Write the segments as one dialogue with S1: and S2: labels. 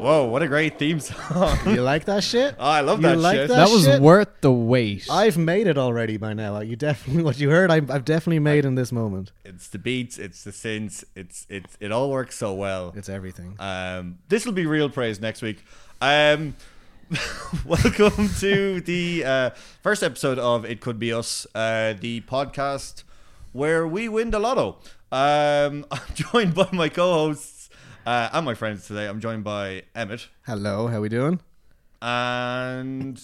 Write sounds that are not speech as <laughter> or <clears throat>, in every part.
S1: Yo, what a great theme song. <laughs>
S2: You like that shit?
S1: Oh, I love
S2: You
S1: that
S2: like
S1: shit.
S2: that
S3: That was
S2: shit?
S3: worth the wait.
S2: I've made it already by now. Like, You definitely what you heard. I, I've definitely made in this moment.
S1: it's the beats, it's the synths, it's it's it all works so well.
S2: It's everything.
S1: Um, this will be real praise next week. Um, <laughs> welcome to the uh, first episode of It Could Be Us, uh, the podcast where we win the lotto. Um, <laughs> I'm joined by my co-hosts uh, and my friends today. I'm joined by Emmett
S2: Hello, how we doing?
S1: and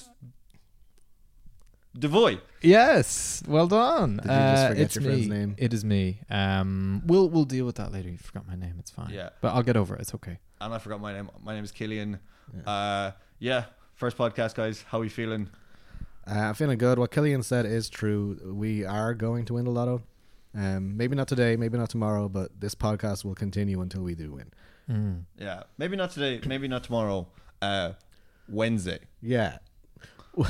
S1: Devoy.
S3: Yes, well done.
S2: you just
S3: Uh,
S2: forget
S3: it's
S2: your
S3: me.
S2: friend's name?
S3: It is me. Um, we'll we'll deal with that later. You forgot my name. It's fine.
S1: Yeah.
S3: but I'll get over it. It's okay.
S1: and I forgot my name. My name is Killian. Uh, yeah, first podcast, guys. How we feeling?
S2: Uh, I'm feeling good. What Killian said is true. We are going to win the lotto. Um, maybe not today, maybe not tomorrow, but this podcast will continue until we do win.
S1: Yeah, maybe not today, maybe not tomorrow. Uh, Wednesday.
S2: Yeah. <laughs> well,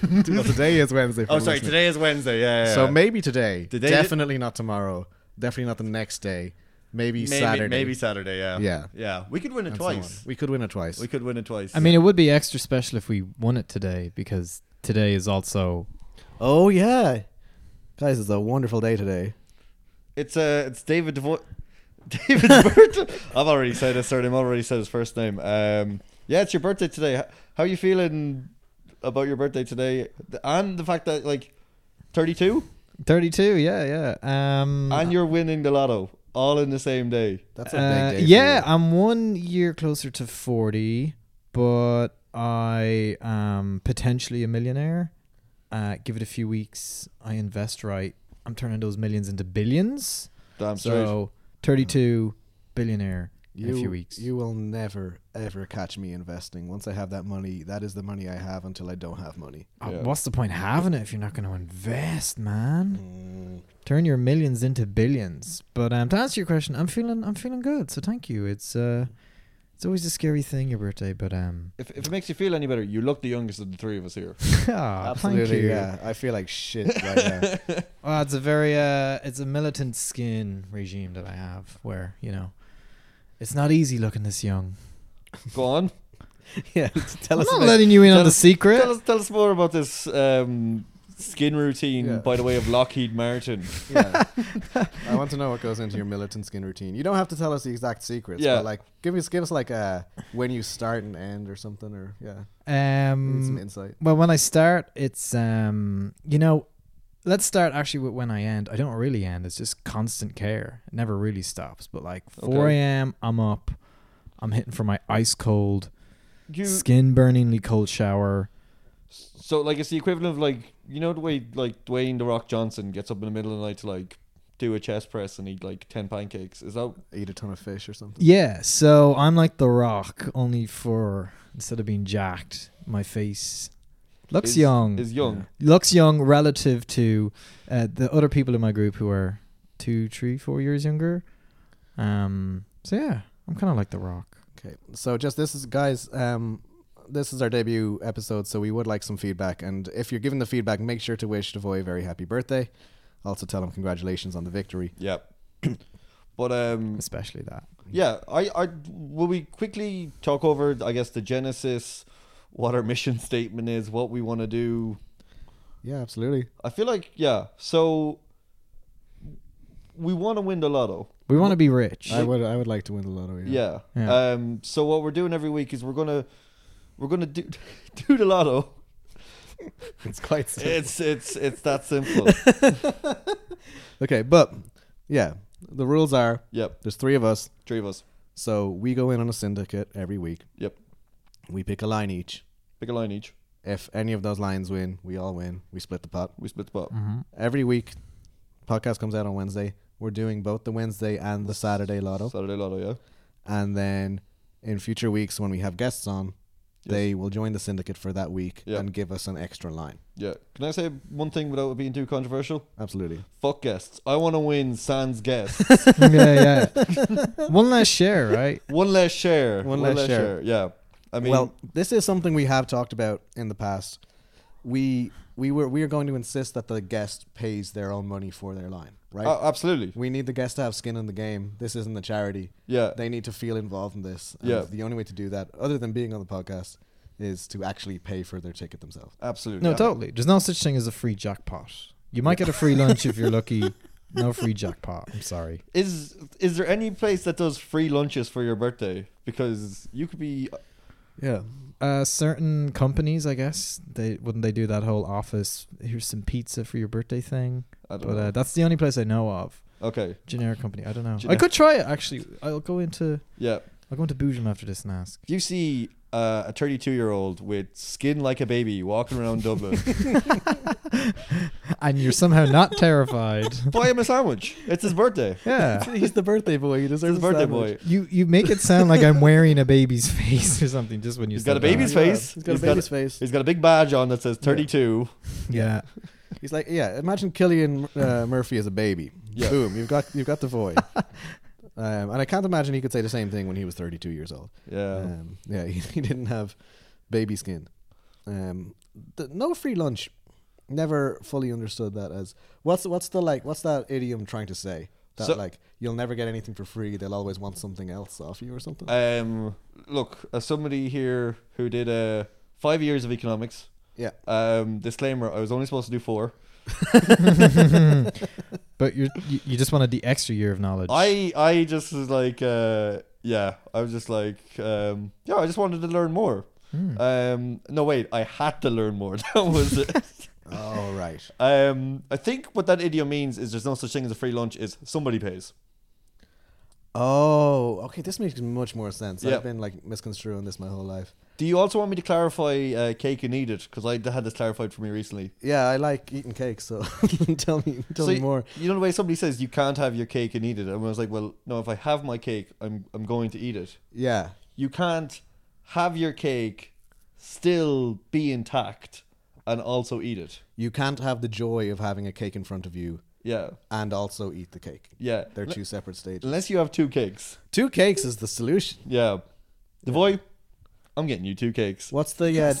S2: today is Wednesday. for
S1: Oh, sorry,
S2: listening.
S1: today is Wednesday. Yeah, yeah,
S2: So
S1: yeah.
S2: maybe today.
S1: Today-
S2: definitely not tomorrow. Definitely not the next day. Maybe,
S1: maybe
S2: Saturday.
S1: maybe Saturday. Yeah,
S2: Yeah.
S1: yeah. We could win it
S2: and so on.
S1: twice.
S2: We could win it twice.
S1: We could win it twice.
S3: I mean, it would be extra special if we won it today because today is also
S2: oh yeah, guys, it's a wonderful day today.
S1: it's uh, it's David Devo- <laughs> David Burton. <laughs> I've already said his surname. I've already said his first name. Um, yeah, it's your birthday today. H- How are you feeling about your birthday today? And the fact that like thirty-two,
S3: thirty-two. Yeah, yeah. Um,
S1: and you're winning the lotto all in the same day.
S2: That's a
S3: Uh,
S2: big day. for
S3: yeah,
S2: you.
S3: I'm one year closer to 40, but I am potentially a millionaire. Uh, give it a few weeks. I invest right. I'm turning those millions into billions.
S1: Damn straight.
S3: So 32 billionaire in
S2: You-
S3: a few weeks.
S2: You will never ever catch me investing. Once I have that money, that is the money I have until I don't have money.
S3: Uh,
S1: Yeah.
S3: What's the point having it if you're not going to invest,
S1: Mm.
S3: man? Turn your millions into billions. But um, to answer your question, I'm feeling I'm feeling good. So thank you. It's uh, it's always a scary thing your birthday, but
S1: <laughs>
S3: um, <laughs>
S1: If, if it makes you feel any better, you look the youngest of the three of us here.
S3: aw, thank you.
S2: Yeah, I feel like shit right
S3: <laughs>
S2: now.
S3: Well, it's a very uh, it's a militant skin regime that I have, where you know, it's not easy looking this
S1: <laughs>
S3: young.
S1: Go on.
S2: yeah, tell us.
S3: I'm not
S2: about-
S3: letting you in
S1: tell
S3: on the
S1: us-
S3: secret.
S1: Tell us, tell us more about this um, skin routine
S2: Yeah.
S1: by the way of Lockheed Martin.
S2: Yeah. I want to know what goes into your militant skin routine. You don't have to tell us the exact secrets,
S1: Yeah.
S2: but like give us give us like a when you start and end or something or yeah, we need some
S3: Um,
S2: insight.
S3: well, when I start, it's um, you know, let's start actually with when I end. I don't really end. It's just constant care. It never really stops. But like 4
S1: Okay.
S3: a.m., I'm up. I'm hitting for my ice cold,
S1: You,
S3: skin burningly cold shower.
S1: so like it's the equivalent of like you know the way like Dwayne the Rock Johnson gets up in the middle of the night to like do a chest press and eat like ten pancakes. Is that
S2: Eat a ton of fish or something.
S3: Yeah, so I'm like The Rock, only for instead of being jacked, my face looks
S1: is-
S3: young.
S1: Is young.
S3: looks young relative to uh, the other people in my group who are two, three, four years younger. Um. So yeah, I'm kind of like The Rock.
S2: Okay. So just this is guys, um this is our debut episode, so we would like some feedback. And if you're giving the feedback, make sure to wish Devoy a very happy birthday. Also tell him congratulations on the victory.
S1: Yeah. <coughs> But um,
S3: Especially that.
S1: Yeah, I, I will we quickly talk over I guess the genesis, what our <laughs> mission statement is, what we want to do.
S2: Yeah, absolutely.
S1: I feel like yeah, so we want to win the lotto.
S3: We want to be rich.
S2: I would I would like to win the lotto.
S1: Yeah.
S3: Yeah.
S1: Um so what we're doing every week is we're going to we're going to do <laughs> do the lotto.
S2: <laughs> It's
S1: <laughs>
S2: quite simple.
S1: It's it's it's that simple.
S2: Okay, but yeah, the rules are
S1: yep,
S2: there's three of us,
S1: three of us.
S2: so we go in on a syndicate every week.
S1: Yep.
S2: We pick a line each.
S1: Pick a line each.
S2: If any of those lines win, we all win. We split the pot.
S1: We split the pot.
S3: Mm-hmm.
S2: Every week, podcast comes out on Wednesday. We're doing both the Wednesday and the Saturday lotto.
S1: Saturday lotto, yeah.
S2: and then in future weeks when we have guests on
S1: Yes.
S2: they will join the syndicate for that week
S1: Yeah.
S2: and give us an extra line
S1: Yeah. Can I say one thing without it being too controversial?
S2: absolutely
S1: Fuck guests. I want to win sans guests.
S3: yeah, yeah. <laughs> One last share, right?
S1: One less share.
S2: One less share.
S1: Yeah. I mean,
S2: well this is something we have talked about in the past we we were we are going to insist that the guest pays their own money for their line, right?
S1: Oh, absolutely.
S2: we need the guest to have skin in the game. This isn't a charity.
S1: Yeah.
S2: They need to feel involved in this. And
S1: Yeah.
S2: The only way to do that, other than being on the podcast, is to actually pay for their ticket themselves.
S1: Absolutely.
S3: No,
S1: Yeah.
S3: totally. There's no such thing as a free jackpot. You might get a free lunch if you're <laughs> lucky. No free jackpot. I'm sorry.
S1: Is is there any place that does free lunches for your birthday? Because you could be
S2: Yeah.
S3: Uh, certain companies, I guess, they wouldn't they do that whole office? Here's some pizza for your birthday thing.
S1: I don't
S3: But
S1: know.
S3: uh, that's the only place I know of.
S1: okay.
S3: Generic company. I don't know. I
S1: Gener-
S3: could try it actually. I'll go into
S1: Yeah.
S3: <laughs> I'll go into Boojum after this and ask.
S1: If you see uh, a 32 year old with skin like a baby walking around Dublin,
S3: And you're somehow not terrified.
S1: buy him a sandwich. It's his birthday.
S3: Yeah.
S2: <laughs> He's the birthday boy. He
S1: It's his
S2: deserves
S1: birthday boy.
S3: <laughs> You you make it sound like I'm wearing a baby's <laughs> face or something just when you
S1: He's
S3: said
S1: got a
S3: that.
S1: baby's face.
S2: He's got
S1: He's
S2: a
S1: got
S2: baby's face.
S1: He's got a big badge on that says 32.
S3: Yeah.
S2: He's like, yeah. Imagine Killian uh, Murphy as a baby.
S1: Yeah.
S2: Boom. You've got you've got the <laughs> void. um, and I can't imagine he could say the same thing when he was 32 years old.
S1: Yeah.
S2: Um, yeah, <laughs> he, he didn't have baby skin. Um, the, no free lunch. Never fully understood that as what's what's the like what's that idiom trying to say that
S1: So-
S2: like you'll never get anything for free. They'll always want something else off you or something.
S1: Um, look, as somebody here who did uh, five years of economics,
S2: yeah,
S1: um, disclaimer, I was only supposed to do four.
S3: but you're, you you just wanted the extra year of knowledge.
S1: I I just was like, uh, yeah, I was just like, um, yeah, I just wanted to learn more.
S3: Hmm.
S1: Um, no, wait, I had to learn more. <laughs> That was it.
S2: oh right.
S1: Um, I think what that idiom means is there's no such thing as a free lunch. Is somebody pays?
S2: Oh, okay. This makes much more sense.
S1: Yeah.
S2: I've been like misconstruing this my whole life.
S1: Do you also want me to clarify uh, cake and eat it? Because I had this clarified for me recently.
S2: Yeah, I like eating cake. So <laughs> tell me, tell
S1: So
S2: me
S1: y-
S2: more.
S1: You know the way somebody says you can't have your cake and eat it, and I was like, well, no, if I have my cake, I'm I'm going to eat it.
S2: Yeah,
S1: You can't have your cake, still be intact, and also eat it.
S2: you can't have the joy of having a cake in front of you
S1: Yeah,
S2: and also eat the cake.
S1: yeah.
S2: They're
S1: L-
S2: two separate stages.
S1: Unless you have two cakes.
S2: Two cakes is the solution.
S1: Yeah, the boy, I'm getting you two cakes.
S2: What's the uh,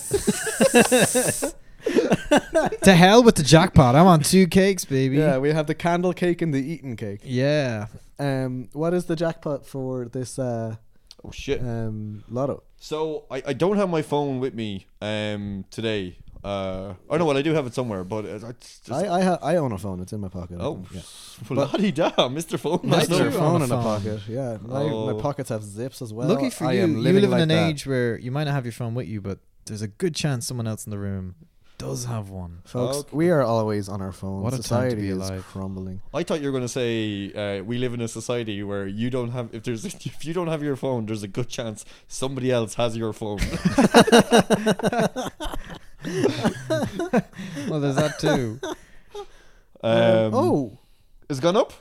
S2: <laughs>
S3: to hell with the jackpot. I'm on two cakes, baby.
S2: yeah? We have the candle cake and the eaten cake.
S3: Yeah.
S2: Um, what is the jackpot for this uh,
S1: Oh shit.
S2: um, lotto?
S1: So I, I don't have my phone with me um today. Uh, oh no, well I do have it somewhere, but it's it's just
S2: I I, ha- I own a phone. It's in my pocket. I
S1: oh,
S2: think,
S1: <laughs>
S2: yeah.
S1: bloody damn, Mister Phone.
S3: I
S2: I
S1: That's
S3: do
S2: have a
S1: no-
S3: own
S2: phone
S3: a
S2: in a
S3: phone.
S2: pocket. Yeah, my,
S1: Oh.
S2: my pockets have zips as well.
S3: Lucky for
S2: I
S3: you.
S2: am
S3: You
S2: living
S3: live in
S2: like
S3: an
S2: that.
S3: age where you might not have your phone with you, but there's a good chance someone else in the room does have one.
S2: folks.
S1: Okay.
S2: We are always on our phones.
S3: What a time to
S2: Society
S3: be
S2: is
S3: alive.
S2: crumbling.
S1: I thought you were gonna say uh, we live in a society where you don't have if there's <laughs> if you don't have your phone, there's a good chance somebody else has your phone.
S3: Well, there's that too.
S1: Um,
S2: oh
S1: it's gone up.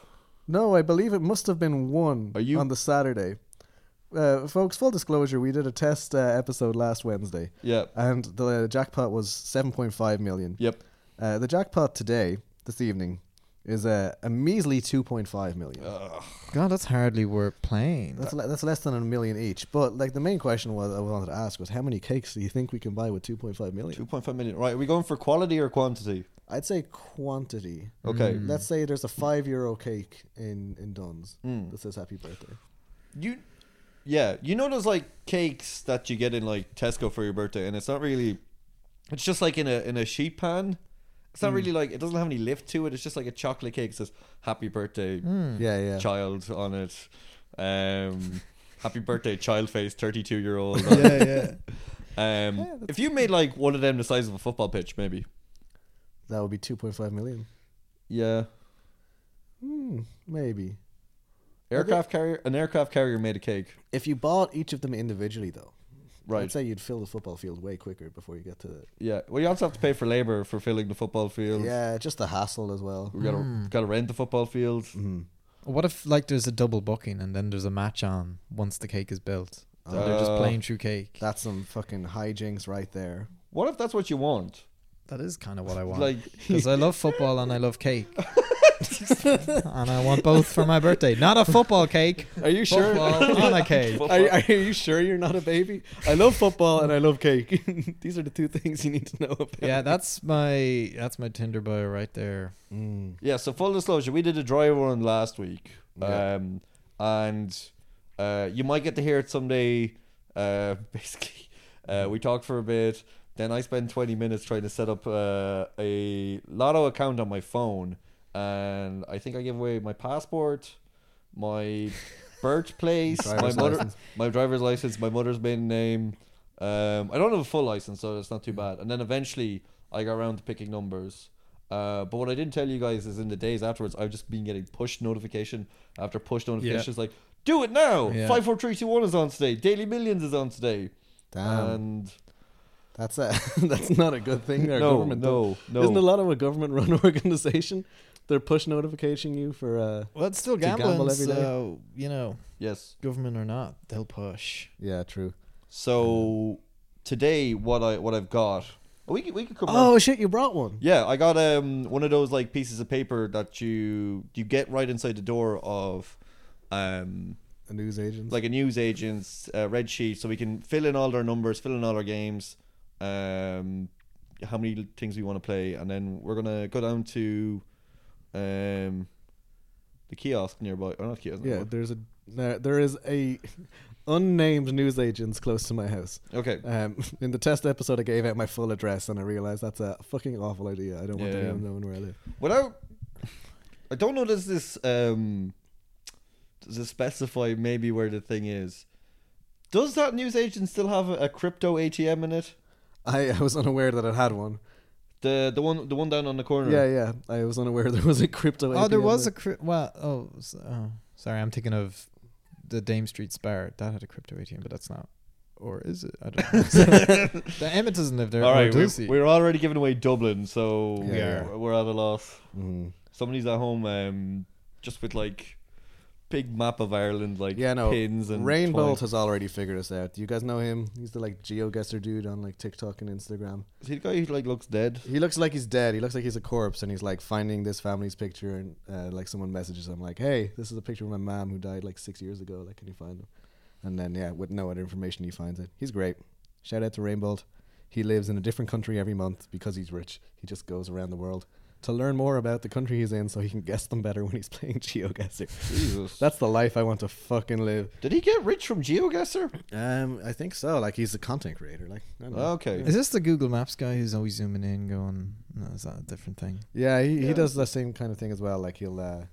S2: no, I believe it must have been one
S1: Are you-
S2: on the Saturday. Uh, folks, full disclosure: we did a test uh, episode last Wednesday.
S1: Yeah.
S2: and the jackpot was 7.5 million.
S1: Yep.
S2: Uh, the jackpot today, this evening, is a, a measly 2.5 million.
S1: Ugh.
S3: <laughs> God, that's hardly worth playing.
S2: That's le- that's less than a million each. But like the main question was I wanted to ask was how many cakes do you think we can buy with 2.5 million?
S1: Two point five million. Right. Are we going for quality or quantity?
S2: I'd say quantity.
S1: Okay.
S2: Let's say there's a five euro cake in in Dunn's
S1: Mm.
S2: that says happy birthday.
S1: You, yeah, you know those like cakes that you get in like Tesco for your birthday, and it's not really, it's just like in a in a sheet pan. It's not really like it doesn't have any lift to it. It's just like a chocolate cake. It says "Happy Birthday,
S2: Yeah, yeah.
S1: Child" on it. Um, "Happy Birthday, Child Face, thirty-two year old."
S2: <laughs> yeah, yeah.
S1: Um, if you made like one of them the size of a football pitch, maybe.
S2: That would be 2.5 million.
S1: Yeah,
S2: Hmm, maybe.
S1: aircraft carrier. An aircraft carrier made a cake.
S2: If you bought each of them individually though, I'd
S1: Right.
S2: say you'd fill the football field way quicker before you get to the
S1: Yeah. Well, you also have to pay for labor for filling the football field.
S2: Yeah, Hmm. just the hassle as well. Mm-hmm.
S1: We gotta gotta rent the football field.
S3: What if like there's a double booking and then there's a match on once the cake is built? So they're just
S1: Uh,
S3: playing through cake.
S2: Oh, That's some fucking hijinks right there.
S1: What if that's what you want?
S3: <laughs> that is kind of what I want.
S1: Like,
S3: <laughs> Because I love football and I love cake. and I want both for my birthday. Not a football <laughs> cake.
S2: Are you sure?
S1: <laughs>
S3: Football on a <laughs> cake.
S2: Are, are you sure you're not a baby? I love football and I love cake. <laughs> These are the two things you need to know about.
S3: Yeah, that's my that's my Tinder bio right there.
S2: Mm.
S1: Yeah, so full disclosure, we did a dry run last week.
S2: Yeah.
S1: Um, and uh, you might get to hear it someday. Uh, <laughs> basically, uh, we talked for a bit. Then I spent 20 minutes trying to set up uh, a Lotto account on my phone. And I think I gave away my passport,
S2: <laughs>
S1: my birthplace, my
S2: Driver's
S1: mother,
S2: license.
S1: my driver's license, my mother's maiden name. Um, I don't have a full license, so that's not too bad. And then eventually, I got around to picking numbers. Uh, but what I didn't tell you guys is in the days afterwards, I've just been getting push notification after push notifications like, do it now!
S3: Yeah.
S1: 54321 is on today. Daily Millions is on today.
S2: Damn,
S1: And
S2: that's a <laughs> that's not a good thing. Our
S1: no,
S2: government does.
S1: no, no.
S2: Isn't a lot of a government-run <laughs> organization? They're push notificating you for. Uh,
S3: Well, it's still
S2: To gamble
S3: gambling,
S2: every day.
S3: so you know,
S1: yes.
S3: government or not, they'll push.
S2: yeah, true.
S1: So today, what, I, what I've got... oh, We could, we could come round-
S2: Oh shit! You brought one.
S1: Yeah, I got um one of those like pieces of paper that you you get right inside the door of um
S2: A news agent.
S1: like a news agent's uh, red sheet, so we can fill in all our numbers, fill in all our games, um, how many l- things we want to play, and then we're gonna go down to um the kiosk nearby. Or not kiosk.
S2: yeah,
S1: Yeah.
S2: there's a no, there is a <laughs> unnamed news agents close to my house.
S1: Okay.
S2: Um, <laughs> in the test episode, I gave out my full address, and I realized that's a fucking awful idea. I don't want
S1: Yeah.
S2: anyone knowing where I live.
S1: Without, I don't know. Does this um does it specify maybe where the thing is? Does that news agent still have a, a crypto ATM in it?
S2: I, I was unaware that it had one.
S1: The the one the one down on the corner. <laughs>
S2: Yeah, yeah. I was unaware there was a crypto.
S3: oh, there
S2: APM
S3: was a cri- well. Oh, s- oh, sorry, I'm thinking of the Dame Street Spar that had a crypto ATM, but that's not. Or is it? I don't <laughs> know. the Emmett doesn't live there.
S1: All
S3: nor
S1: right,
S3: does
S1: we're,
S3: he?
S1: we're already giving away Dublin, so
S2: Yeah,
S1: we
S3: yeah.
S1: are- we're at a loss.
S3: Mm.
S2: Mhm.
S1: Somebody's at home, um, just with like big map of Ireland, like
S2: Yeah, no.
S1: pins and
S2: Rainbolt
S1: twine.
S2: has already figured us out. Do you guys know him? He's the like geoguesser dude on like TikTok and Instagram.
S1: Is he the guy who like looks
S2: <laughs>
S1: dead?
S2: He looks like he's dead. He looks like he's a corpse, and he's like finding this family's picture, and uh, like someone messages him like, "Hey, this is a picture of my mom who died like six years ago. Like, can you find him?" And then yeah, with no other information, he finds it. He's great. Shout out to Rainbolt. He lives in a different country every month because he's rich. He just goes around the world to learn more about the country he's in, so he can <laughs> guess them better when he's playing GeoGuessr.
S1: Jesus,
S2: That's the life I want to fucking live.
S1: did he get rich from GeoGuessr?
S2: Um, I think so. Like he's a content creator. Like, I don't know.
S1: Okay,
S3: Is this the Google Maps guy who's always zooming in, going, no, "Is that a different thing?"
S2: Yeah, he,
S1: Yeah.
S2: he does the same kind of thing as well. Like he'll uh,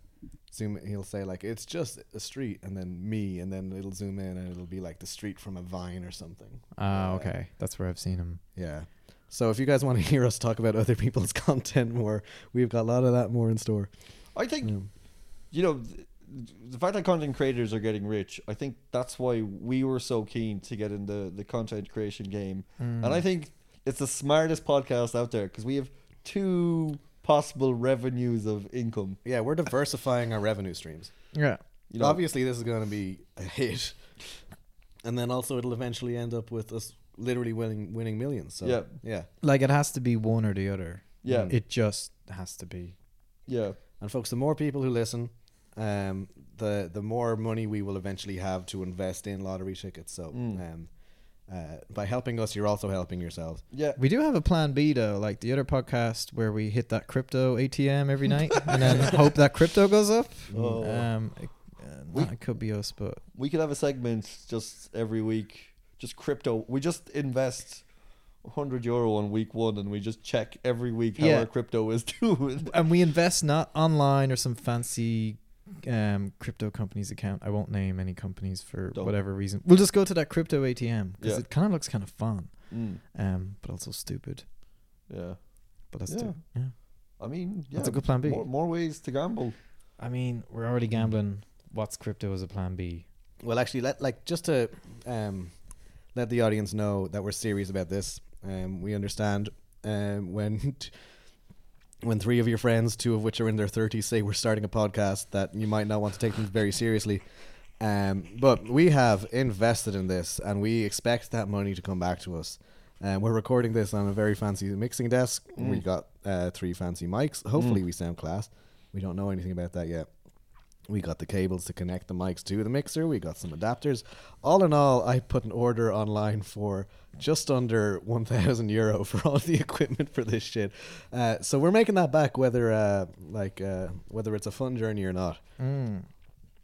S2: zoom. He'll say like it's just a street, and then me, and then it'll zoom in, and it'll be like the street from a vine or something.
S3: Ah, okay, that's where I've seen him.
S2: Yeah. So if you guys want to <laughs> hear us talk about other people's <laughs> content more, we've got a lot of that more in store.
S1: I think
S2: Yeah.
S1: you know th- the fact that content creators are getting rich. I think that's why we were so keen to get in the the content creation game,
S3: Mm.
S1: and I think it's the smartest podcast out there because we have two possible revenues of income.
S2: Yeah, we're diversifying our revenue streams.
S3: Yeah,
S1: You know,
S2: Obviously, this is going to be a hit, and then also it'll eventually end up with us literally winning winning millions. So
S1: Yeah.
S2: yeah.
S3: like it has to be one or the other.
S1: Yeah.
S3: it just has to be.
S1: yeah.
S2: And folks, the more people who listen, um, the the more money we will eventually have to invest in lottery tickets. So, um, uh, by helping us, you're also helping yourselves.
S1: Yeah.
S3: We do have a plan B though, like the other podcast where we hit that crypto ATM every <laughs> night and then hope that crypto goes up.
S1: Oh.
S3: Um, it, uh,
S1: We-
S3: nah, it could be us, but
S1: We could have a segment just every week, just crypto. We just invest 100 euro on week one and we just check every week how
S3: Yeah.
S1: our crypto is <laughs> doing.
S3: and we invest not online or some fancy um, crypto company's account. I won't name any companies for
S1: Don't.
S3: whatever reason. We'll just go to that crypto ATM because
S1: Yeah.
S3: it kind of looks kind of fun,
S1: Mm,
S3: um, but also stupid.
S1: yeah.
S3: But let's
S1: Yeah.
S3: do. Yeah.
S1: I mean, yeah.
S3: That's a good plan B.
S1: More, more ways to gamble.
S3: I mean, we're already gambling. What's crypto as a plan B?
S2: Well, actually, let like just to um, let the audience know that we're serious about this. Um, we understand um, when <laughs> when three of your friends, two of which are in their thirties, say we're starting a podcast that you might not want to take them very seriously. Um, but we have invested in this, and we expect that money to come back to us. Um, we're recording this on a very fancy mixing desk. We got uh, three fancy mics. Hopefully, we sound class. We don't know anything about that yet. We got the cables to connect the mics to the mixer. We got some adapters. All in all, I put an order online for just under <laughs> 1,000 euro for all the <laughs> equipment for this shit. Uh, so we're making that back, whether uh, like uh, whether it's a fun journey or not.
S3: Mm.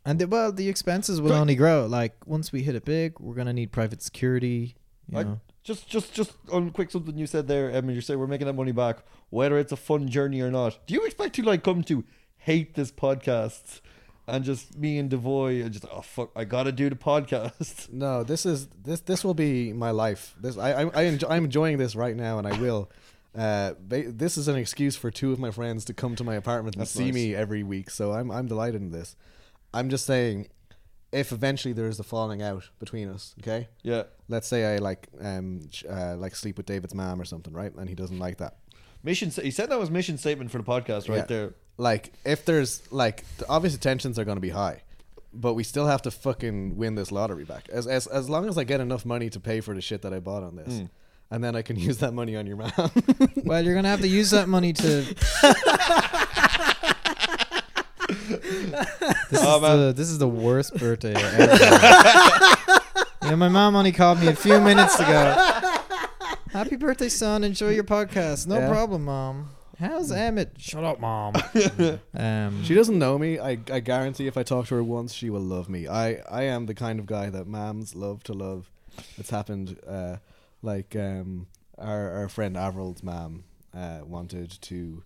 S3: And the, well, the expenses will only grow. Like once we hit it big, we're gonna need private security. You
S1: Like,
S3: know.
S1: Just, just, just on quick something you said there, Evan. You said we're making that money back, whether it's a fun journey or not. Do you expect to like come to hate this podcast and just me and Devoy and just oh fuck, I gotta do the podcast. <laughs>
S2: No, this is this this will be my life. This I I, I enjoy, I'm enjoying this right now, and I will. Uh, they, this is an excuse for two of my friends to come to my apartment and
S1: That's
S2: see
S1: nice.
S2: me every week. So I'm I'm delighted in this. I'm just saying, if eventually there is a falling out between us, okay?
S1: Yeah,
S2: Let's say I like um ch- uh, like sleep with David's mom or something, right? And he doesn't like that.
S1: mission. sta- He said that was mission statement for the podcast right
S2: Yeah.
S1: there.
S2: Like if there's like the obvious tensions are going to be high, but we still have to fucking win this lottery back. As as as long as I get enough money to pay for the shit that I bought on this, and then I can <laughs> use that money on your mom.
S3: well, you're gonna have to use that money
S2: <laughs>
S3: to. this,
S1: Oh,
S2: Oh,
S3: is
S1: man.
S3: the, this is the worst birthday ever. yeah, my mom only called me a few minutes ago. Happy birthday, son! Enjoy your podcast. No
S2: Yeah. Mm.
S3: problem, mom. How's Emmett? Shut
S2: <laughs>
S3: up, mom. um,
S2: she doesn't know me. I I guarantee if I talk to her once, she will love me. I I am the kind of guy that moms love to love. It's happened. Uh, like um, our our friend Averil's mom uh, wanted to,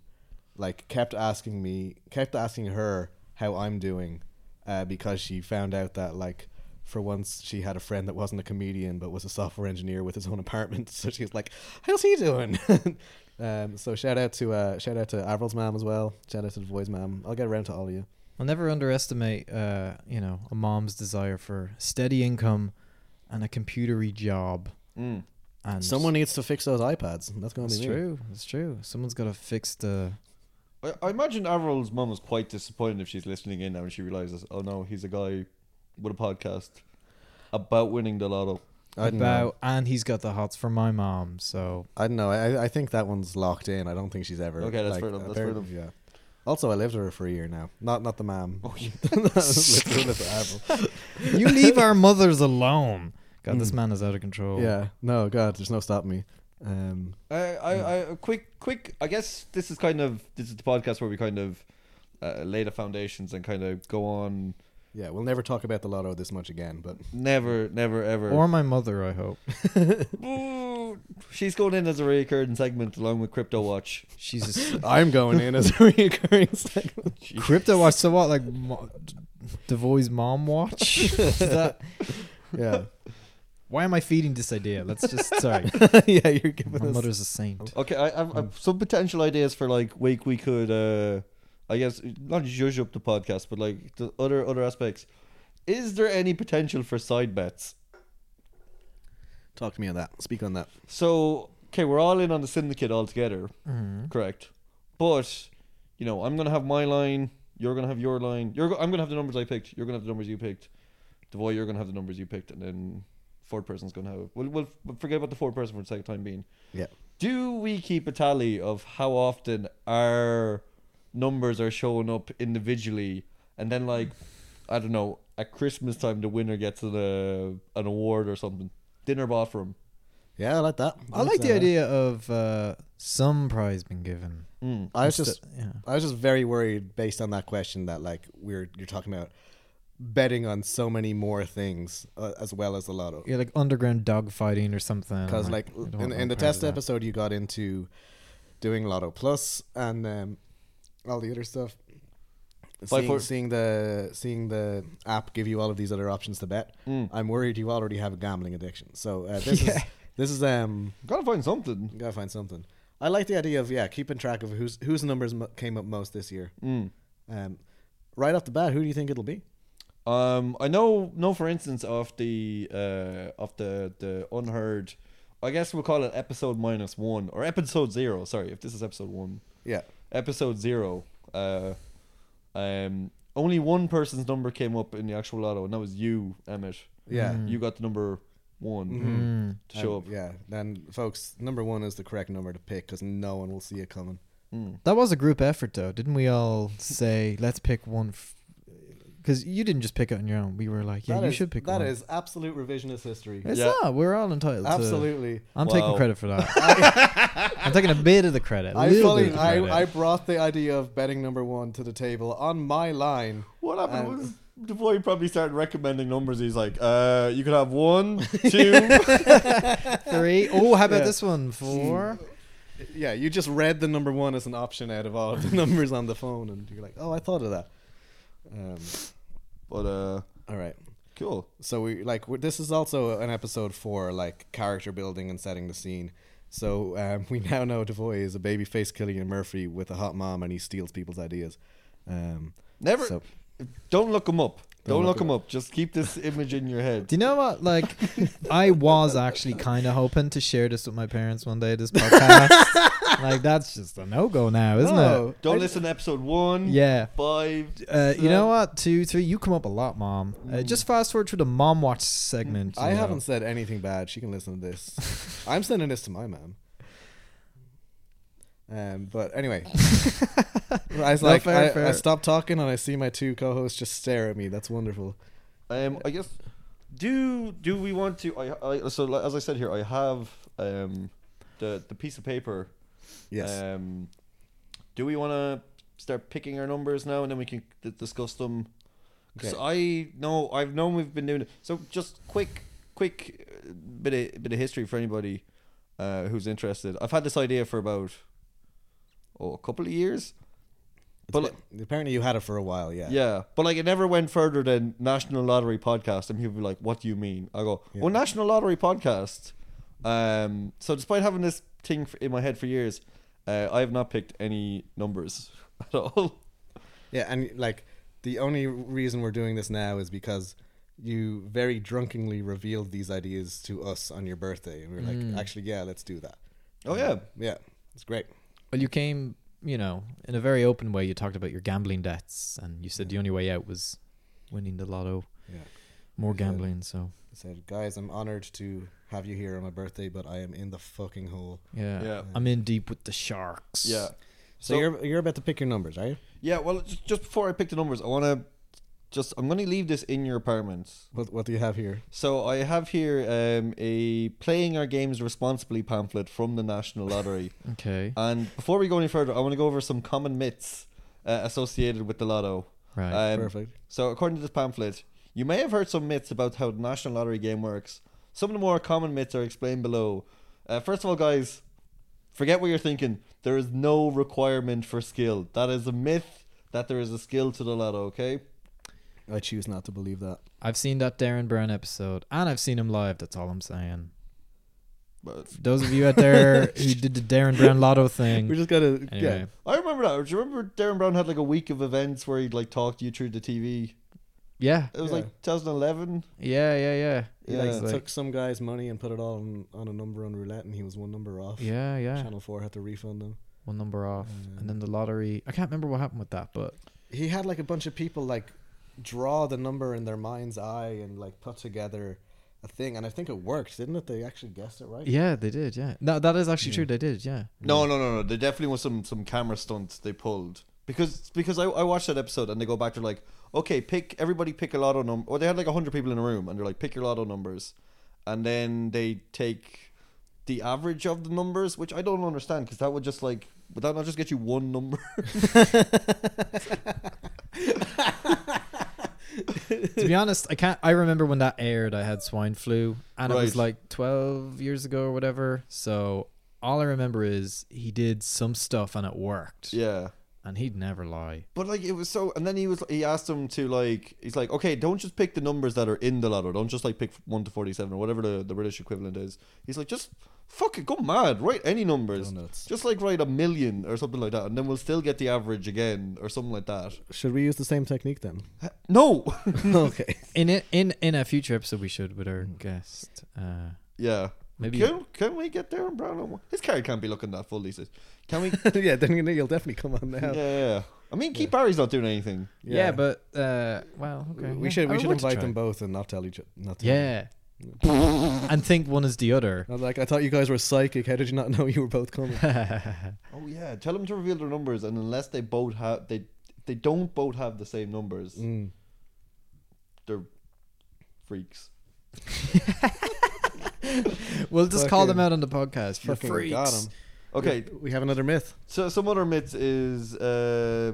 S2: like, kept asking me, kept asking her how I'm doing, uh, because she found out that like. For once, she had a friend that wasn't a comedian but was a software engineer with his own apartment. <laughs> So she was like, "How's he doing?" <laughs> um, so shout out to uh, shout out to Averil's mom as well. Shout out to the boys' mom. I'll get around to all of you.
S3: I'll never underestimate, uh, you know, a mom's desire for steady income and a computery job.
S1: Mm.
S3: And
S2: Someone needs to fix those iPads. That's going to
S3: That's
S2: be me.
S3: true. That's true. Someone's got to fix the.
S1: I, I imagine Averil's mum was quite disappointed if she's listening in now and she realizes, oh no, he's a guy with a podcast about winning the lotto.
S2: I don't know.
S3: about and he's got the hots for my mom.
S2: <laughs>
S3: So
S2: I don't know. I, I think that one's locked in. I don't think she's ever.
S1: Okay, that's fair enough, that's fair
S2: apparently-
S1: enough.
S2: Yeah. Also, I lived with her for a year now. Not not
S1: <laughs>
S2: the mom. <laughs>
S1: Oh, yeah.
S2: Lived with her for Avril.
S3: you leave our mothers alone. God, this man is out of control.
S2: Hmm. Yeah. No, God, there's no stopping me. Um,
S1: I, I, I, a quick, quick. I guess this is kind of this is the podcast where we kind of uh, lay the foundations and kind of go on.
S2: yeah, we'll never talk about the lotto this much again. But
S1: Never, never, ever.
S3: Or my mother, I hope.
S1: Ooh, she's going in as a recurring segment along with Crypto Watch.
S2: <laughs>
S3: She's just
S2: I'm going in as a recurring segment. <laughs>
S3: crypto watch. So what? Like mo- Devoy's mom watch?
S2: <laughs>
S3: Is that-
S2: Yeah.
S3: why am I feeding this idea? Let's just sorry.
S2: <laughs> yeah, you're
S3: My
S2: giving us.
S3: mother's a saint.
S1: Okay, I have, I have some potential ideas for like week we could, uh I guess, not judge up the podcast, but like the other other aspects. Is there any potential for side bets?
S2: Talk to me on that. Speak on that.
S1: So okay, we're all in on the syndicate altogether,
S3: Mhm.
S1: correct? But you know, I'm gonna have my line. You're gonna have your line. You're go- I'm gonna have the numbers I picked. You're gonna have the numbers you picked. Devoy, you're gonna have the numbers you picked, and then fourth person's gonna have. We'll, we'll f- forget about the fourth person for the second time being.
S2: Yeah.
S1: Do we keep a tally of how often our numbers are showing up individually, and then like, I don't know, at Christmas time the winner gets an uh, an award or something, dinner bought for him.
S2: Yeah, I like that.
S3: I like the idea of uh, some prize being given.
S1: Mm.
S2: I was
S3: Instead-
S2: just
S3: yeah.
S2: I was just very worried based on that question that like we're you're talking about betting on so many more things uh, as well as the lotto.
S3: Yeah, like underground dogfighting or something.
S1: Oh
S2: Because
S3: I'm
S2: like
S3: I don't
S2: in,
S3: want no
S2: in the
S3: part of
S2: test
S3: that.
S2: episode, you got into doing Lotto Plus and um, all the other stuff.
S1: By
S2: Seeing,
S1: for-
S2: seeing the seeing the app give you all of these other options to bet,
S1: Mm.
S2: I'm worried you already have a gambling addiction. So
S1: <laughs>
S2: uh, this is
S3: Yeah.
S2: this is um
S1: Gotta find something.
S2: gotta find something. I like the idea of yeah keeping track of whose whose numbers mo- came up most this year.
S1: Mm.
S2: Um, right off the bat, who do you think it'll be?
S1: Um, I know, know for instance of the uh of the the unheard. I guess we'll call it episode minus one or episode zero. Sorry, if this is episode one,
S2: Yeah.
S1: episode zero. Uh, um, only one person's number came up in the actual lotto, and that was you, Emmett.
S2: Yeah.
S3: Mm.
S1: you got the number one
S3: Mm.
S1: to show
S2: Um,
S1: up.
S2: Yeah. Then, folks, number one is the correct number to pick because no one will see it coming.
S1: Mm.
S3: That was a group effort, though. Didn't we all say, let's pick one? Because you didn't just pick it on your own. We were like, yeah,
S2: That
S3: you
S2: is-
S3: should pick one.
S2: That is absolute revisionist history.
S3: It's
S1: Yeah.
S3: not. We're all entitled to.
S2: Absolutely.
S3: I'm
S1: Wow.
S3: taking credit
S2: <laughs>
S3: for that. I'm taking a bit of the credit. A
S2: I,
S3: little
S2: fully,
S3: bit of the credit.
S2: I, I brought the idea of betting number one to the table on my line.
S1: What happened
S2: Um,
S1: was the boy probably started recommending numbers. He's like, uh, you could have one, two.
S3: Three. Oh, how about
S2: Yeah.
S3: this one? Four.
S2: Yeah, you just read the number one as an option out of all of the <laughs> numbers on the phone, and you're like, oh, I thought of that. Um,
S1: but uh,
S2: all right.
S1: cool.
S2: so we like we this is also an episode for like character building and setting the scene so um, we now know Devoy is a baby face Killian Murphy with a hot mom and he steals people's ideas um,
S1: Never.
S2: so
S1: Don't look them up. Don't,
S2: Don't
S1: look
S2: look
S1: them up. Just keep this image in your head.
S3: Do you know what? Like,
S2: <laughs>
S3: I was actually kind of hoping to share this with my parents one day.
S2: <laughs>
S3: This podcast, like, that's just a no go now, isn't
S2: No.
S1: Don't listen to episode one.
S3: it? Yeah.
S1: Five.
S3: Uh, you
S1: seven.
S3: know what? Two, three. You come up a lot, mom. Uh, just fast forward through the mom watch segment.
S2: Mm. I
S3: you know.
S2: haven't said anything bad she can listen to this I'm sending this to my mom um, but anyway I was
S3: No,
S2: like
S3: fair,
S2: I, I
S3: fair.
S2: stopped talking and I see my two co-hosts just stare at me that's wonderful
S1: Um, I guess. Do do we want to? I, I so like, as I said here, I have um, the the piece of paper.
S2: yes
S1: Um, do we want to start picking our numbers now, and then we can d- discuss them? Because I know I've known we've been doing it. So just quick, quick uh, bit of bit of history for anybody uh, who's interested. I've had this idea for about oh, a couple of years.
S2: It's
S1: but
S2: been- apparently you had it for a while yeah
S1: Yeah, but like it never went further than National Lottery podcast, and people be like, "What do you mean?" I go,
S2: Yeah.
S1: "Well, National Lottery podcast." Um, so despite having this thing f- in my head for years, uh, I have not picked any numbers <laughs> at all.
S2: Yeah, and like the only reason we're doing this now is because you very drunkenly revealed these ideas to us on your birthday, and we were like, actually, yeah, let's do that.
S1: Oh yeah,
S2: Yeah, it's great.
S3: <laughs> Well, you came, you know, in a very open way. You talked about your gambling debts, and you said the only way out was winning the lotto.
S2: Yeah,
S3: More
S2: Yeah.
S3: gambling, so
S2: I said, guys, I'm honored to have you here on my birthday, but I am in the fucking hole.
S3: yeah.
S1: Yeah.
S3: I'm in deep with the sharks.
S1: yeah,
S2: So,
S1: So-
S2: you're you're about to pick your numbers, right?
S1: yeah. Well, just, just before I pick the numbers, I want to just I'm going to leave this in your apartment.
S2: What what do you have here?
S1: So I have here um, a playing our games responsibly pamphlet from the National Lottery.
S3: Okay.
S2: Uh,
S1: And before we go any further, I want to go over some common myths uh, associated with the lotto.
S3: Right.
S1: Um,
S2: Perfect.
S1: So, according to this pamphlet, you may have heard some myths about how the National Lottery game works. Some of the more common myths are explained below. Uh, first of all, guys, forget what you're thinking. There is no requirement for skill. That is a myth that there is a skill to the lotto, okay?
S2: I choose not to believe that.
S3: I've seen that Darren Brown episode, and I've seen him live. That's all I'm saying.
S1: But
S3: For those of you
S2: <laughs>
S3: out there who did the Darren Brown Lotto thing,
S2: We just gotta yeah.
S3: anyway,
S1: I remember that. Do you remember Darren Brown had like a week of events where he'd like talk to you through the TV?
S3: yeah,
S1: It was
S2: Yeah.
S1: like 2011.
S3: yeah, yeah, yeah,
S2: He
S1: Yeah.
S2: like,
S1: It's
S3: like-
S2: took some guy's money and put it all on, on a number on roulette, and he was one number off.
S3: yeah, yeah.
S2: Channel Four had to refund them.
S3: One number off,
S2: Mm.
S3: and then the lottery. I can't remember what happened with that,
S2: <laughs>
S3: but
S2: he had like a bunch of people like draw the number in their mind's eye and like put together a thing and i think it worked didn't it they actually guessed it right
S3: yeah, they did. Yeah, no, that is actually true. They did. Yeah,
S2: <laughs>
S1: No, no, no, no. There definitely was some some camera stunts they pulled because because I, I watched that episode and they go back to like okay, pick everybody pick a lotto number. Or they had like hundred people in a room and they're like pick your lotto numbers, and then they take the average of the numbers, which I don't understand because that would just like would that not just get you one number? <laughs>
S3: to be honest, I can't. I remember when that aired. I had swine flu, and it was
S1: Right.
S3: like twelve years ago or whatever. So all I remember is he did some stuff and it worked,
S1: yeah.
S3: and he'd never lie.
S1: But like it was so, and then he was he asked him to like he's like okay, don't just pick the numbers that are in the lotto. Don't just like pick one to forty seven or whatever the, the British equivalent is. He's like just fuck it, go mad, write any numbers,
S2: Donuts.
S1: just like write a million or something like that, and then we'll still get the average again or something like that.
S2: should we use the same technique then
S1: No,
S2: <laughs>
S1: <laughs>
S2: okay <laughs>
S3: In it, in in a future episode, we should with our
S2: Mm.
S3: guest. Uh,
S1: yeah,
S3: Maybe-
S1: can, can we get there and Brown? on one? His car can't be looking that full these days. Can <laughs> we?
S2: yeah then you know you'll definitely come on now
S1: yeah, yeah. I mean, Keith Barry's not doing anything.
S3: yeah. but uh, well, okay,
S2: we
S3: yeah.
S2: should
S3: I
S2: we should
S3: want to
S2: invite
S3: try.
S2: them both and not tell each not tell
S3: Yeah,
S2: <laughs>
S3: and think one is the other.
S2: I was like, I thought you guys were psychic. How did you not <laughs> know you were both coming?
S1: Oh yeah, tell them to reveal their numbers, and unless they both have they they don't both have the same numbers,
S2: Mm.
S1: they're freaks.
S3: we'll just call them
S2: Fucking-
S3: out on the podcast. You're
S2: Fucking
S3: freaks.
S2: got 'em.
S1: Okay,
S2: We have another myth.
S1: so some other myths is uh,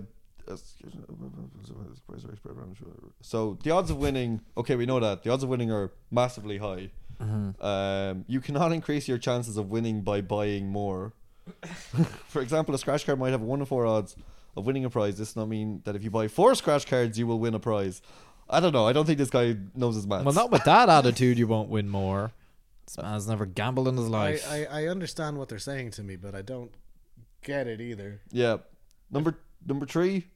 S1: so the odds of winning. Okay, we know that the odds of winning are massively high.
S3: Mm-hmm.
S1: Um, you cannot increase your chances of winning by buying
S3: <laughs>
S1: more. For example, a scratch card might have one in four odds of winning a prize. This does not mean that if you buy four scratch cards, you will win a prize. I don't know. I don't think this guy knows his maths.
S3: Well, not with that attitude, you won't win more. This man's never gambled in his
S2: I,
S3: life.
S2: I, I understand what they're saying to me, but I don't get it either.
S1: yeah. Number number three,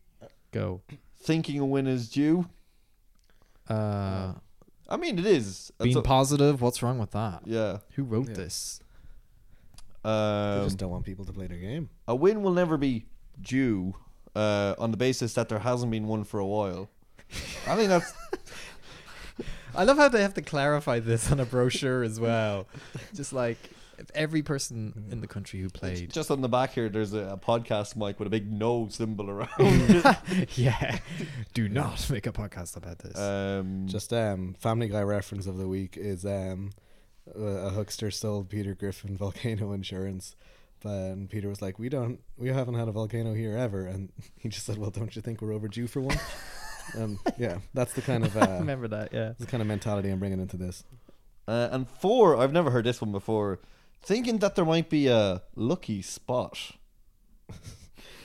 S3: Go.
S1: thinking a win is due.
S3: Uh,
S1: I mean, it is. That's
S3: being
S1: a-
S3: positive. What's wrong with that?
S1: yeah.
S3: Who wrote
S2: Yeah.
S3: this?
S2: I
S1: Um,
S2: just don't want people to play their game.
S1: a win will never be due uh, on the basis that there hasn't been one for a while. I think
S2: <laughs>
S1: that's
S3: I love how they have to clarify this on a brochure as well. Just like if every person in the country who played.
S1: just on the back here. There's a, a podcast mic with a big no symbol around.
S3: <laughs> yeah. Do not make a podcast about this.
S1: um,
S2: Just um, Family Guy reference of the week is um, a- a huckster sold Peter Griffin <laughs> volcano insurance, but and Peter was like, "We don't, we haven't had a volcano here ever," and <laughs> he just said, "Well, don't you think we're overdue for <laughs> one?" um, yeah, that's the kind of <laughs> uh,
S3: Remember that, yeah.
S2: the kind of mentality I'm bringing into this.
S1: uh, and four, I've never heard this one before. Thinking that there might be a lucky spot.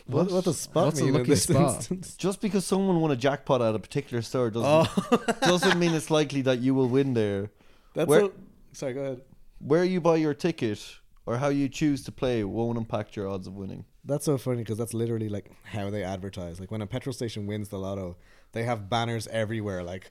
S2: What, what does spot
S3: What's a
S2: mean in
S3: lucky
S2: this
S3: spot?
S2: instance? <laughs>
S1: Just because someone won a jackpot at a particular store doesn't
S2: Oh.
S1: <laughs> doesn't mean it's likely that you will win there.
S2: That's
S1: Where-
S2: a- sorry, go ahead.
S1: Where you buy your ticket or how you choose to play won't impact your odds of winning.
S2: That's so funny because that's literally like how they advertise. Like when a petrol station wins the lotto, they have banners everywhere. Like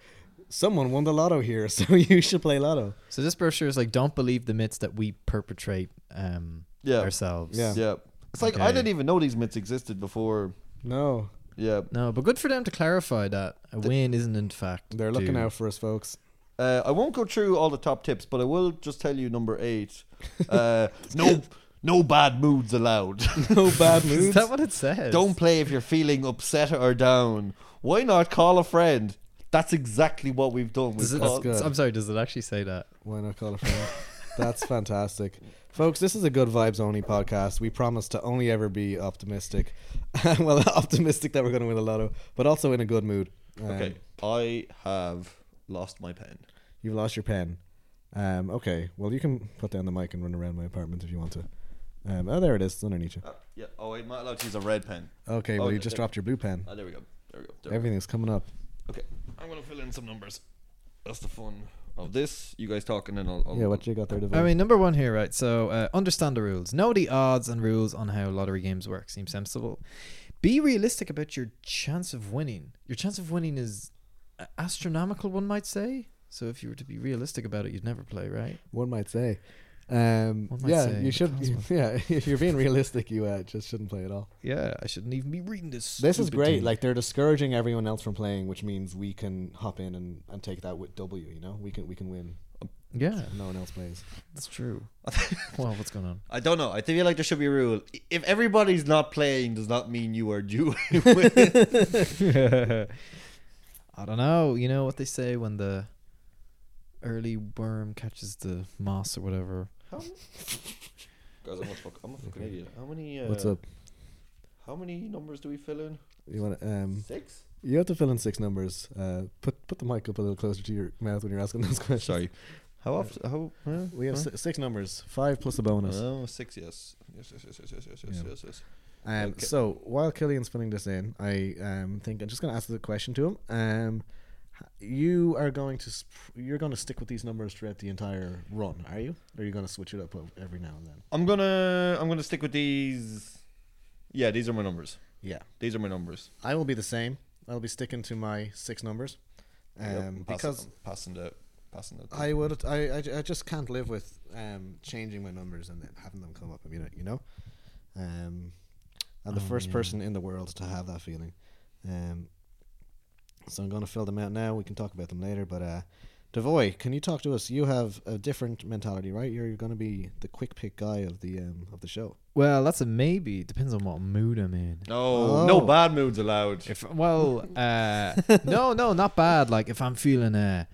S2: someone won the lotto here, <laughs> so you should play lotto.
S3: So this brochure is like, don't believe the myths that we perpetrate um,
S1: Yeah.
S3: ourselves.
S2: Yeah.
S1: Yeah. It's like I
S3: Okay.
S1: didn't even know these myths existed before.
S2: No,
S1: Yeah.
S3: No, but good for them to clarify that a win isn't in fact.
S2: they're looking
S3: due.
S2: out for us, folks. <laughs>
S1: Uh, I won't go through all the top tips, but I will just tell you number
S2: <laughs>
S1: eight. Uh, no, no bad moods allowed. <laughs>
S2: No <laughs> bad
S3: Is
S2: moods.
S3: that what it says?
S1: Don't play if you're feeling upset or down. Why not call a friend? That's exactly what we've done.
S3: Does
S1: We've
S3: it,
S2: That's
S1: called,
S2: good.
S3: I'm sorry. Does it actually say that?
S2: Why not call a friend? That's fantastic, folks. This is a good vibes only podcast. We promise to only ever be optimistic. <laughs> well, optimistic that we're going to win the lotto, but also in a good mood. Um,
S1: okay, I have lost my pen.
S2: You've lost your pen. Um, okay. Well, you can put down the mic and run around my apartment if you want to. Um, oh, there it is. It's underneath you.
S1: Uh, yeah. Oh, I'm not allowed to use a red pen.
S2: Okay.
S1: Oh,
S2: Well, you
S1: yeah,
S2: just
S1: yeah.
S2: dropped your blue pen.
S1: Ah, there we go. There we go. There we go.
S2: Everything's coming up.
S1: Okay, I'm gonna fill in some numbers. That's the fun of this. You guys talk, and then I'll. I'll
S2: Yeah. What you got there, Devon?
S3: I mean, number one here, right? So uh, understand the rules. Know the odds and rules on how lottery games work. Seems sensible. Be realistic about your chance of winning. Your chance of winning is uh, astronomical, one might say. So if you were to be realistic about it, you'd never play, right?
S2: one might say. Um,
S3: One might
S2: yeah,
S3: say,
S2: you should.
S3: depends
S2: <laughs> yeah, if you're being realistic, you uh, just shouldn't play at all.
S3: Yeah, I shouldn't even be reading this.
S2: This is
S3: stupid
S2: great.
S3: thing.
S2: Like they're discouraging everyone else from playing, which means we can hop in and, and take that with W. You know, we can we can win.
S3: yeah,
S2: No one else plays.
S3: that's true. <laughs> well, what's going on?
S1: I don't know. I feel like there should be a rule. If everybody's not playing, does not mean you are <laughs> due. a win.
S3: <laughs> I don't know. You know what they say when the early worm catches the moss or whatever.
S1: Guys, I'm a, fuck, I'm a fucking idiot. How many? Uh,
S2: What's up?
S1: How many numbers do we fill in?
S2: You want to um,
S1: Six.
S2: You have to fill in six numbers. Uh, put put the mic up a little closer to your mouth when you're asking those <laughs> questions.
S1: How often? How? Huh?
S2: We have
S1: Huh?
S2: si- six numbers, five plus a bonus.
S1: Oh, six. Yes. Yes. Yes. Yes. Yes. Yes. Yes. Yes.
S2: Yeah.
S1: Yes. yes.
S2: Um,
S1: Okay.
S2: So while Killian's filling this in, I um, think I'm just going to ask the question to him. Um, h- you are going to sp- you're going to stick with these numbers throughout the entire run, are you? Or are you going to switch it up o- every now and then?
S1: I'm gonna. I'm gonna stick with these. Yeah, these are my numbers.
S2: Yeah,
S1: These are my numbers.
S2: I will be the same. I'll be sticking to my six numbers, um,
S1: Yep, I'm passing-
S2: because
S1: I'm passing the passing the.
S2: I would I, I, ju- I just can't live with um, changing my numbers and then having them come up. I mean, you know, um, I'm the
S3: Oh,
S2: first
S3: yeah.
S2: person in the world to have that feeling. Um, so I'm going to fill them out now. We can talk about them later, but uh, Devoy, can you talk to us? You have a different mentality, right? You're going to be the quick pick guy of the um, of the show.
S3: Well, that's a maybe. Depends on what mood
S2: <laughs>
S3: I'm in.
S1: No,
S2: Oh.
S1: no bad moods allowed.
S3: If well, uh, no, no, not bad. Like if I'm feeling uh,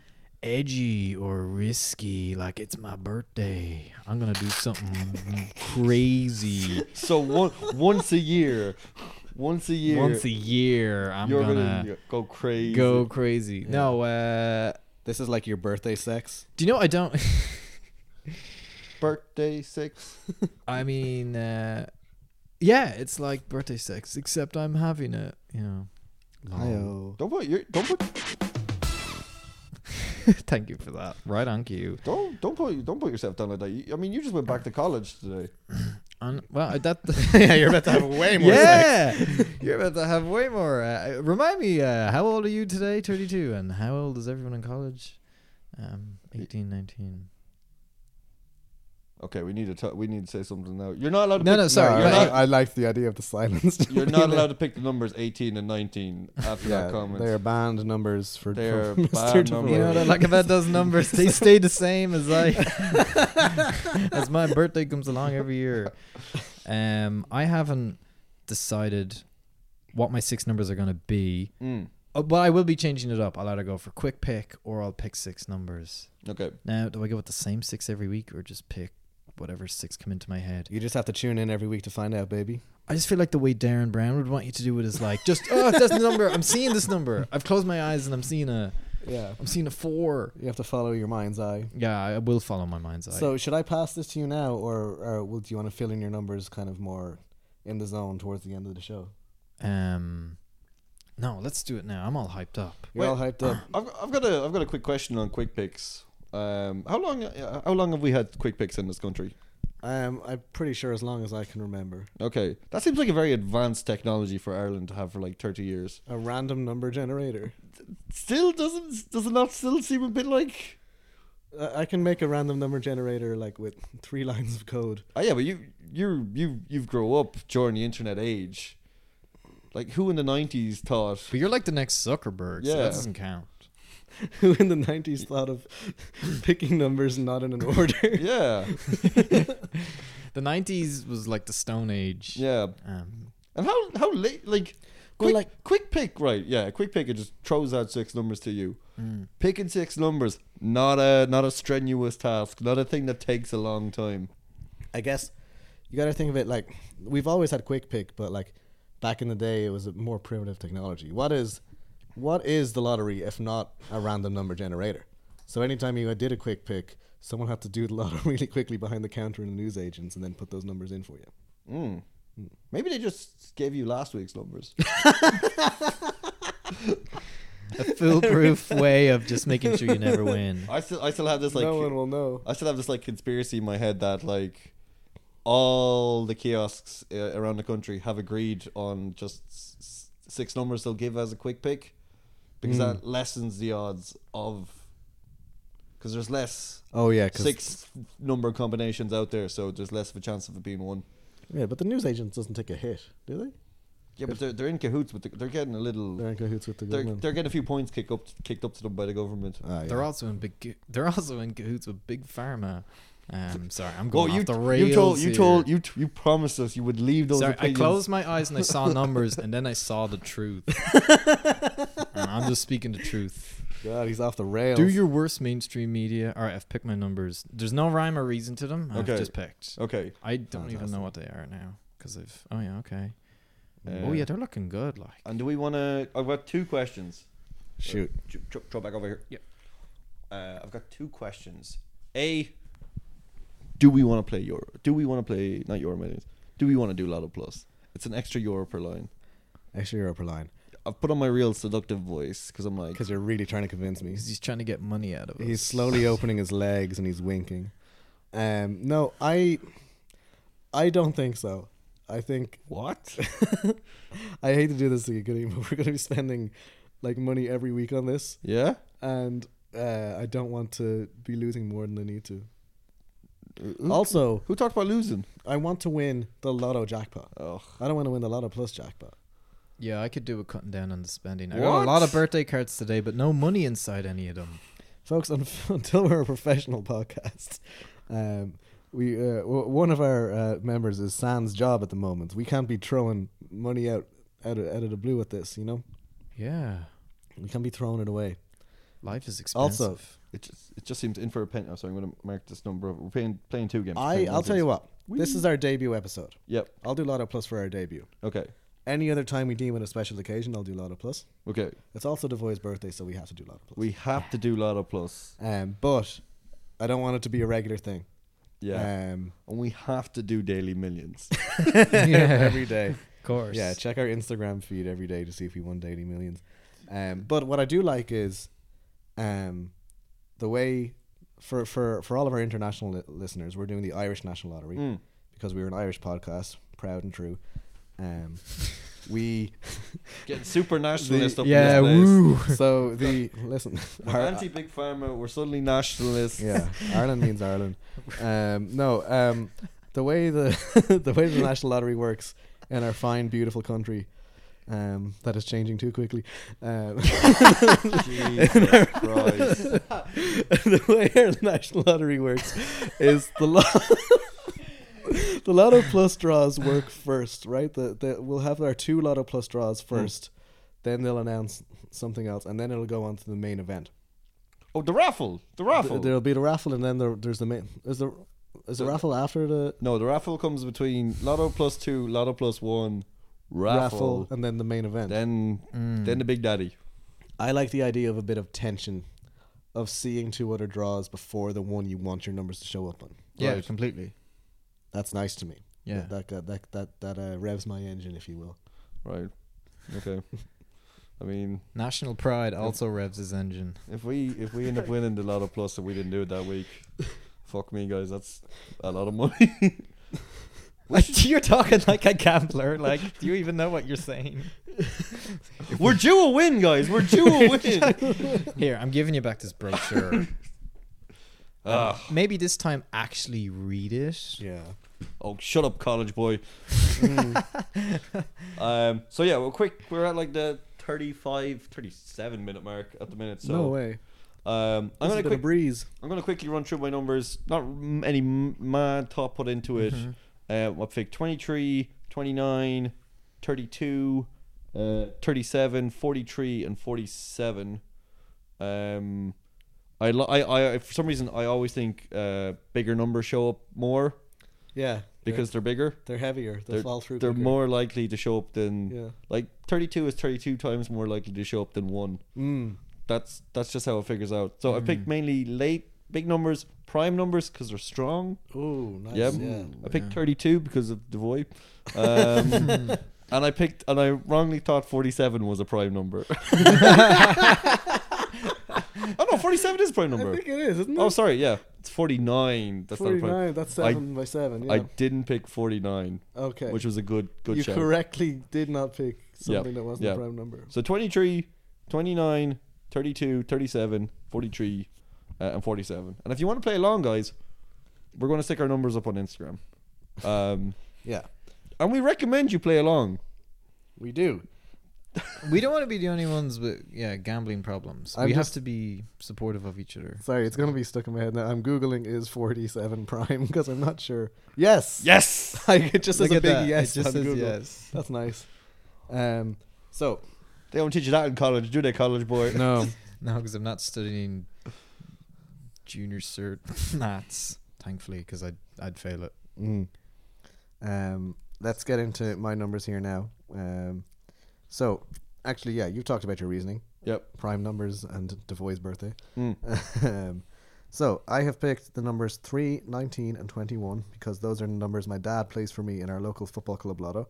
S3: edgy or risky, like it's my birthday, I'm gonna do something
S2: <laughs>
S3: crazy.
S1: so one, once a year, once a year,
S3: Once a year, I'm
S1: you're
S3: gonna,
S1: gonna go crazy.
S3: go crazy. No, uh,
S2: This is like your birthday sex.
S3: do you know I don't?
S1: birthday six.
S3: I mean, uh, yeah, it's like birthday sex, except I'm having it. You know. long.
S2: Hi-oh.
S1: Don't put your don't put
S3: <laughs> Thank you for that. Right on cue.
S1: don't don't put don't put yourself down like that. You, I mean, you just went back to college today.
S3: And, well, I- that
S2: <laughs> <laughs> yeah, you're about to
S3: <laughs>
S2: have way more sex.
S3: yeah, <laughs> you're about to have way more. Uh, remind me, uh, how old are you today? 32. And how old is everyone in college? Um, 18, 19.
S1: Okay, we need to ta- we need to say something now. You're not allowed. To
S3: No,
S1: pick,
S3: no, sorry,
S1: You're
S3: but- <laughs>
S1: not,
S2: I, I like the idea of the <laughs> silence.
S1: you're not allowed to pick the numbers 18 and 19 after
S2: yeah,
S1: that comment.
S2: they are banned numbers for, <laughs>
S1: They
S2: for
S1: are
S2: Mr.
S1: banned
S2: Devoy.
S3: You know what I like about those numbers? <laughs> They stay the same as <laughs> I as my birthday comes along every year. Um, I haven't decided what my six numbers are going to be.
S1: Mm,
S3: Uh, but I will be changing it up. I'll either go for quick pick or I'll pick six numbers.
S1: okay.
S3: Now, do I go with the same six every week or just pick whatever six come into my head?
S2: You just have to tune in every week to find out, baby.
S3: I just feel like the way Darren Brown would want you to do it is like <laughs> just oh that's the number I'm seeing this number I've closed my eyes and I'm seeing a
S2: Yeah.
S3: I'm seeing a four.
S2: You have to follow your mind's eye.
S3: Yeah, I will follow my mind's eye.
S2: So should I pass this to you now, or, or will, do you want to fill in your numbers kind of more in the zone towards the end of the show?
S3: um, no, let's do it now. I'm all hyped up.
S2: You're
S1: Wait.
S2: all hyped <clears throat> up.
S1: I've, I've got a I've got a quick question on quick picks. Um, how long uh, how long have we had quick picks in this country?
S2: Um, I'm pretty sure as long as I can remember.
S1: Okay, that seems like a very advanced technology for Ireland to have for like 30 years.
S2: A random number generator.
S1: Still doesn't does it not still seem a bit like?
S2: I I can make a random number generator like with three lines of code. <laughs>
S1: Oh yeah, but you you you you've grown up during the internet age. Like who in the 90s thought?
S3: But you're like the next Zuckerberg, so
S1: Yeah.
S3: that doesn't count.
S2: Who in the 90s thought of <laughs> picking numbers not in an order? <laughs>
S1: Yeah,
S3: The '90s was like the Stone Age.
S1: yeah.
S3: Um,
S1: And how how late like
S2: Well,
S1: quick
S2: like-
S1: quick pick right? Yeah, quick pick it just throws out six numbers to you.
S2: Hmm.
S3: mm.
S1: Picking six numbers not a not a strenuous task, not a thing that takes a long time.
S2: I guess you got to think of it like we've always had quick pick, but like back in the day, it was a more primitive technology. What is what is the lottery if not a random number generator? So anytime you did a quick pick, someone had to do the <laughs> lottery really quickly behind the counter in the newsagents and then put those numbers in for you.
S1: Mm. Maybe they just gave you last week's
S2: <laughs>
S1: numbers.
S3: A
S1: <laughs>
S3: foolproof way of just making sure you never win.
S1: I still I still have this like
S2: no one will know.
S1: I still have this like conspiracy in my head that like all the kiosks uh, around the country have agreed on just s- s- six numbers they'll give as a quick pick because that
S3: Hmm.
S1: lessens the odds of because there's less
S2: Oh yeah, 'cause-
S1: six number combinations out there, so there's less of a chance of it being one.
S2: Yeah, but the newsagents doesn't take a hit, do they?
S1: Yeah, but they're, they're in cahoots, but they're getting a little.
S2: They're in cahoots with the
S1: They're,
S2: government.
S1: they're getting a few points kicked up kicked up to them by the government.
S2: Ah, yeah.
S3: They're also in big. They're also in cahoots with big pharma. Um, sorry, I'm
S1: Well,
S3: going off
S1: you,
S3: the rails.
S1: you told you
S3: here.
S1: told you t- you promised us you would leave those.
S3: Sorry, I
S1: opinions.
S3: closed my eyes and
S1: <laughs>
S3: I saw numbers, and then I saw the truth. and I'm just speaking the truth.
S2: God, he's off the rails.
S3: Do your worst mainstream media. All right, I've picked my numbers. There's no rhyme or reason to them. I've
S1: Okay.
S3: just picked.
S1: Okay.
S3: I don't even know
S2: Fantastic.
S3: what they are now because I've. Oh yeah, okay.
S1: Uh,
S3: oh yeah, they're looking good. Like
S1: And do we want to? I've got two questions.
S2: shoot?
S1: Th- throw- Throw back over here.
S3: Yep.
S1: Uh, I've got two questions. A. Do we want to play Euro? Do we want to play not Euro Millions? Do we want to do Lotto Plus? It's an extra euro per line.
S2: Actually, you're up a line
S1: I've put on my real seductive voice because I'm like,
S2: because you're really trying to convince me.
S3: because he's trying to get money out of us.
S2: He's slowly
S3: <laughs>
S2: opening his legs and he's winking. Um, no, I, I don't think so. I think
S1: what?
S2: <laughs> I hate to do this to you, Goody, <laughs> but we're going to be spending like money every week on this,
S1: Yeah.
S2: and uh, I don't want to be losing more than I need to.
S1: Who,
S2: Also,
S1: who talked about losing?
S2: I want to win the lotto jackpot.
S1: Oh,
S2: I don't want to win the lotto plus jackpot.
S3: Yeah, I could do with cutting down on the spending. I got a
S1: What?
S3: lot of birthday cards today, but no money inside any of them.
S2: folks, <laughs> un- until we're a professional podcast, um, we uh, w- one of our uh, members is Sans job at the moment. We can't be throwing money out out of, out of the blue at this, you know.
S3: Yeah.
S2: We can't be throwing it away.
S3: Life is expensive.
S2: Also,
S1: It just, it just seems in for a pen. Oh, sorry, I'm going to mark this number. Over. We're playing playing two games.
S2: I I'll tell you what. This is our debut episode.
S1: Yep.
S2: I'll do Lotto Plus for our debut.
S1: Okay.
S2: Any other time we deem it a special occasion, I'll do Lotto Plus.
S1: Okay.
S2: It's also Devoy's birthday, so we have to do Lotto Plus.
S1: We have to do Lotto Plus.
S2: um, but I don't want it to be a regular thing.
S1: Yeah. <laughs>
S2: Um, <laughs>
S1: and we have to do Daily Millions.
S2: every day.
S3: of course.
S2: Yeah, check our Instagram feed every day to see if we won daily millions. Um, but what I do like is um, the way for, for, for all of our international li- listeners, we're doing the Irish National Lottery
S1: Mm.
S2: because we're an Irish podcast, proud and true.
S1: <laughs>
S2: Um, we
S1: Getting super nationalist up
S3: yeah,
S1: in this place.
S3: woo.
S1: <laughs>
S2: so the listen,
S1: We're
S2: our-
S1: anti big pharma. We're suddenly nationalists.
S2: yeah, Ireland means Ireland. Um, no, um, the way the <laughs> the way the national lottery works in our fine, beautiful country um, that is changing too quickly. Um,
S1: <laughs> <laughs> Jesus Christ.
S2: <laughs> the way our national lottery works is the lot. <laughs> The Lotto Plus draws work first, right? The, the we'll have our two Lotto Plus draws first, then they'll announce something else, and then it'll go on to the main event.
S1: Oh, the raffle. The raffle.
S2: Th- There'll be the raffle, and then there, there's the main. Is the is the
S1: The-
S2: raffle after the
S1: no, the raffle comes between Lotto Plus two, Lotto Plus one,
S2: raffle,
S1: raffle,
S2: and then the main event.
S1: then
S3: Hmm. Mm.
S1: then the Big Daddy.
S2: I like the idea of a bit of tension, of seeing two other draws before the one you want your numbers to show up on.
S3: Yeah,
S1: Right.
S3: completely.
S2: That's nice to me.
S3: Yeah.
S2: that that that that, that uh, revs my engine, if you will.
S1: Right. Okay. I mean,
S3: National pride also revs his engine.
S1: if we if we <laughs> end up winning the Lotto Plus and we didn't do it that <laughs> week, fuck me, guys. That's a lot of money.
S3: <laughs> you're talking like a gambler. Like, do you even know what you're saying?
S1: We're due a win, guys. We're due a win.
S3: Here, I'm giving you back
S2: <laughs>
S3: this brochure. Um,
S1: Ah.
S3: Maybe this time actually read it.
S2: Yeah,
S1: Oh, shut up, college boy. <laughs> um, so yeah, well, quick. We're at like the 35, 37 minute mark at the minute. So
S2: no way.
S1: Um, I'm gonna
S2: This has been
S1: quick,
S2: a breeze.
S1: I'm gonna quickly run through my numbers. Not m- any m- mad thought put into it.
S2: Mm-hmm.
S1: Uh, I picked 23, 29, 32, uh, 37, 43, and 47. Um, I, lo- I, I, for some reason, I always think uh, bigger numbers show up more
S2: Yeah,
S1: because they're bigger.
S2: they're, they're heavier. They
S1: they're-
S2: fall through.
S1: they're
S2: quicker.
S1: more likely to show up than
S2: Yeah.
S1: like 32 is 32 times more likely to show up than one
S2: Mm.
S1: that's that's just how it figures out so i picked mainly late big numbers prime numbers because they're strong
S2: Ooh, nice.
S1: Yep.
S2: Yeah.
S1: i picked 32 because of the
S2: <laughs>
S1: void um, and i picked and i wrongly thought 47 was a prime
S2: <laughs>
S1: number oh no 47 is a prime
S2: I <laughs>
S1: number
S2: think it is, isn't it?
S1: oh sorry yeah it's 49 that's not a prime
S2: Forty-nine. That's
S1: I-
S2: seven by seven. Yeah.
S1: i didn't pick 49
S2: okay.
S1: which was a good good
S2: you
S1: shout.
S2: correctly did not pick something that wasn't
S1: yeah.
S2: a prime number.
S1: So 23, 29, 32, 37, 43, uh, and 47. And if you want to play along, guys, we're going to stick our numbers up on Instagram. Um,
S2: Yeah,
S1: and we recommend you play along.
S2: we do.
S3: We don't want to be the only ones with yeah gambling problems.
S2: I'm
S3: we have
S2: just-
S3: to be supportive of each other.
S2: Sorry, it's gonna be stuck in my head now. I'm googling is 47 <laughs> prime because I'm not sure. Yes,
S1: Yes!
S2: <laughs> Like, it just says
S3: Look
S2: a big
S3: at that.
S2: yes.
S3: It just
S2: on
S3: says
S2: Google.
S3: yes.
S2: That's nice. Um, so
S1: They don't teach you that in college, do they, college boy? <laughs>
S2: no,
S3: No, because I'm not studying junior cert <laughs> maths, thankfully, because I'd I'd fail it.
S2: Mm. um, let's get into my numbers here now. Um, so actually, yeah, you've talked about your reasoning,
S1: Yep.
S2: prime numbers, and Devoy's birthday.
S1: Mm.
S2: um, so I have picked the numbers 3, 19, and 21 because those are the numbers my dad plays for me in our local football club lotto.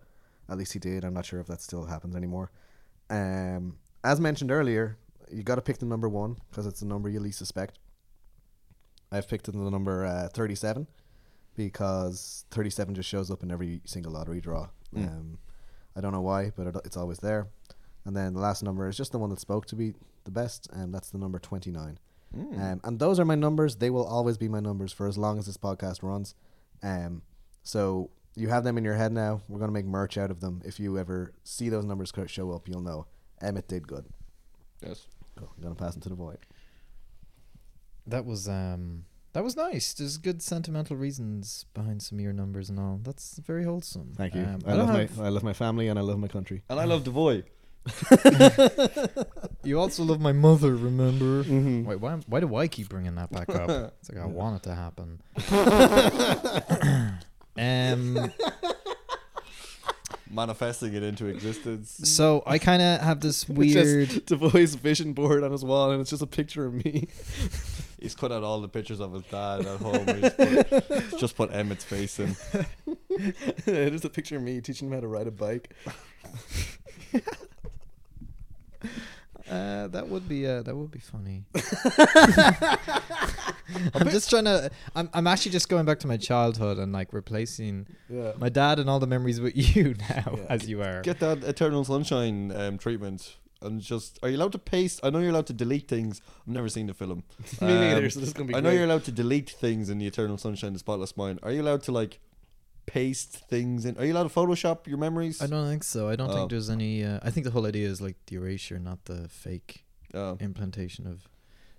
S2: At least he did. I'm not sure if that still happens anymore. Um, as mentioned earlier, you got to pick the number one because it's the number you least suspect. I've picked the number uh, 37 because 37 just shows up in every single lottery draw. Um, I don't know why, but it, it's always there. And then the last number is just the one that spoke to be the best, and that's the number 29.
S1: Mm.
S2: Um, and those are my numbers. They will always be my numbers for as long as this podcast runs. Um, so you have them in your head now. We're going to make merch out of them. If you ever see those numbers co- show up, you'll know Emmett did good.
S1: Yes.
S2: Cool. I'm going to pass them to the void.
S3: that was um that was nice. There's good sentimental reasons behind some of your numbers and all. That's very wholesome.
S2: Thank you.
S3: Um,
S2: I,
S3: don't
S2: love
S3: have-
S2: my I love my family and I love my country.
S1: And I
S2: <laughs>
S1: love Devoy.
S3: you also love my mother. Remember?
S2: Mhm.
S3: Wait, why? Why do I keep bringing that
S2: <laughs>
S3: back up? It's like I want it to happen.
S2: <laughs>
S3: um.
S1: <laughs> Manifesting it into existence.
S3: So I kind of have this
S2: It's just uh, <laughs>
S3: weird.
S2: Devoy's vision board on his wall, and it's just a picture of me. <laughs>
S1: He's cut out all the pictures of his dad at home. He's
S2: <laughs>
S1: put, just put Emmett's face in.
S2: it is a picture of me teaching him how to ride a bike.
S3: Uh, that would be uh, that would
S2: <laughs>
S3: be funny. <laughs> I'm just trying to. I'm I'm actually just going back to my childhood and like replacing
S2: <laughs> Yeah.
S3: my dad and all the memories with <laughs> you now
S2: Yeah.
S3: as you are.
S1: Get that Eternal Sunshine um, treatment. And just, are you allowed to paste? I know you're allowed to delete things. I've never seen the film.
S2: me neither.
S1: Um,
S2: So this is gonna be.
S1: I know
S2: great.
S1: you're allowed to delete things in the Eternal Sunshine of the Spotless Mind. Are you allowed to like paste things in? Are you allowed to Photoshop your memories?
S3: I don't think so. I don't
S1: Oh.
S3: think there's any. Uh, I think the whole idea is like the erasure, not the fake
S1: Oh.
S3: implantation of.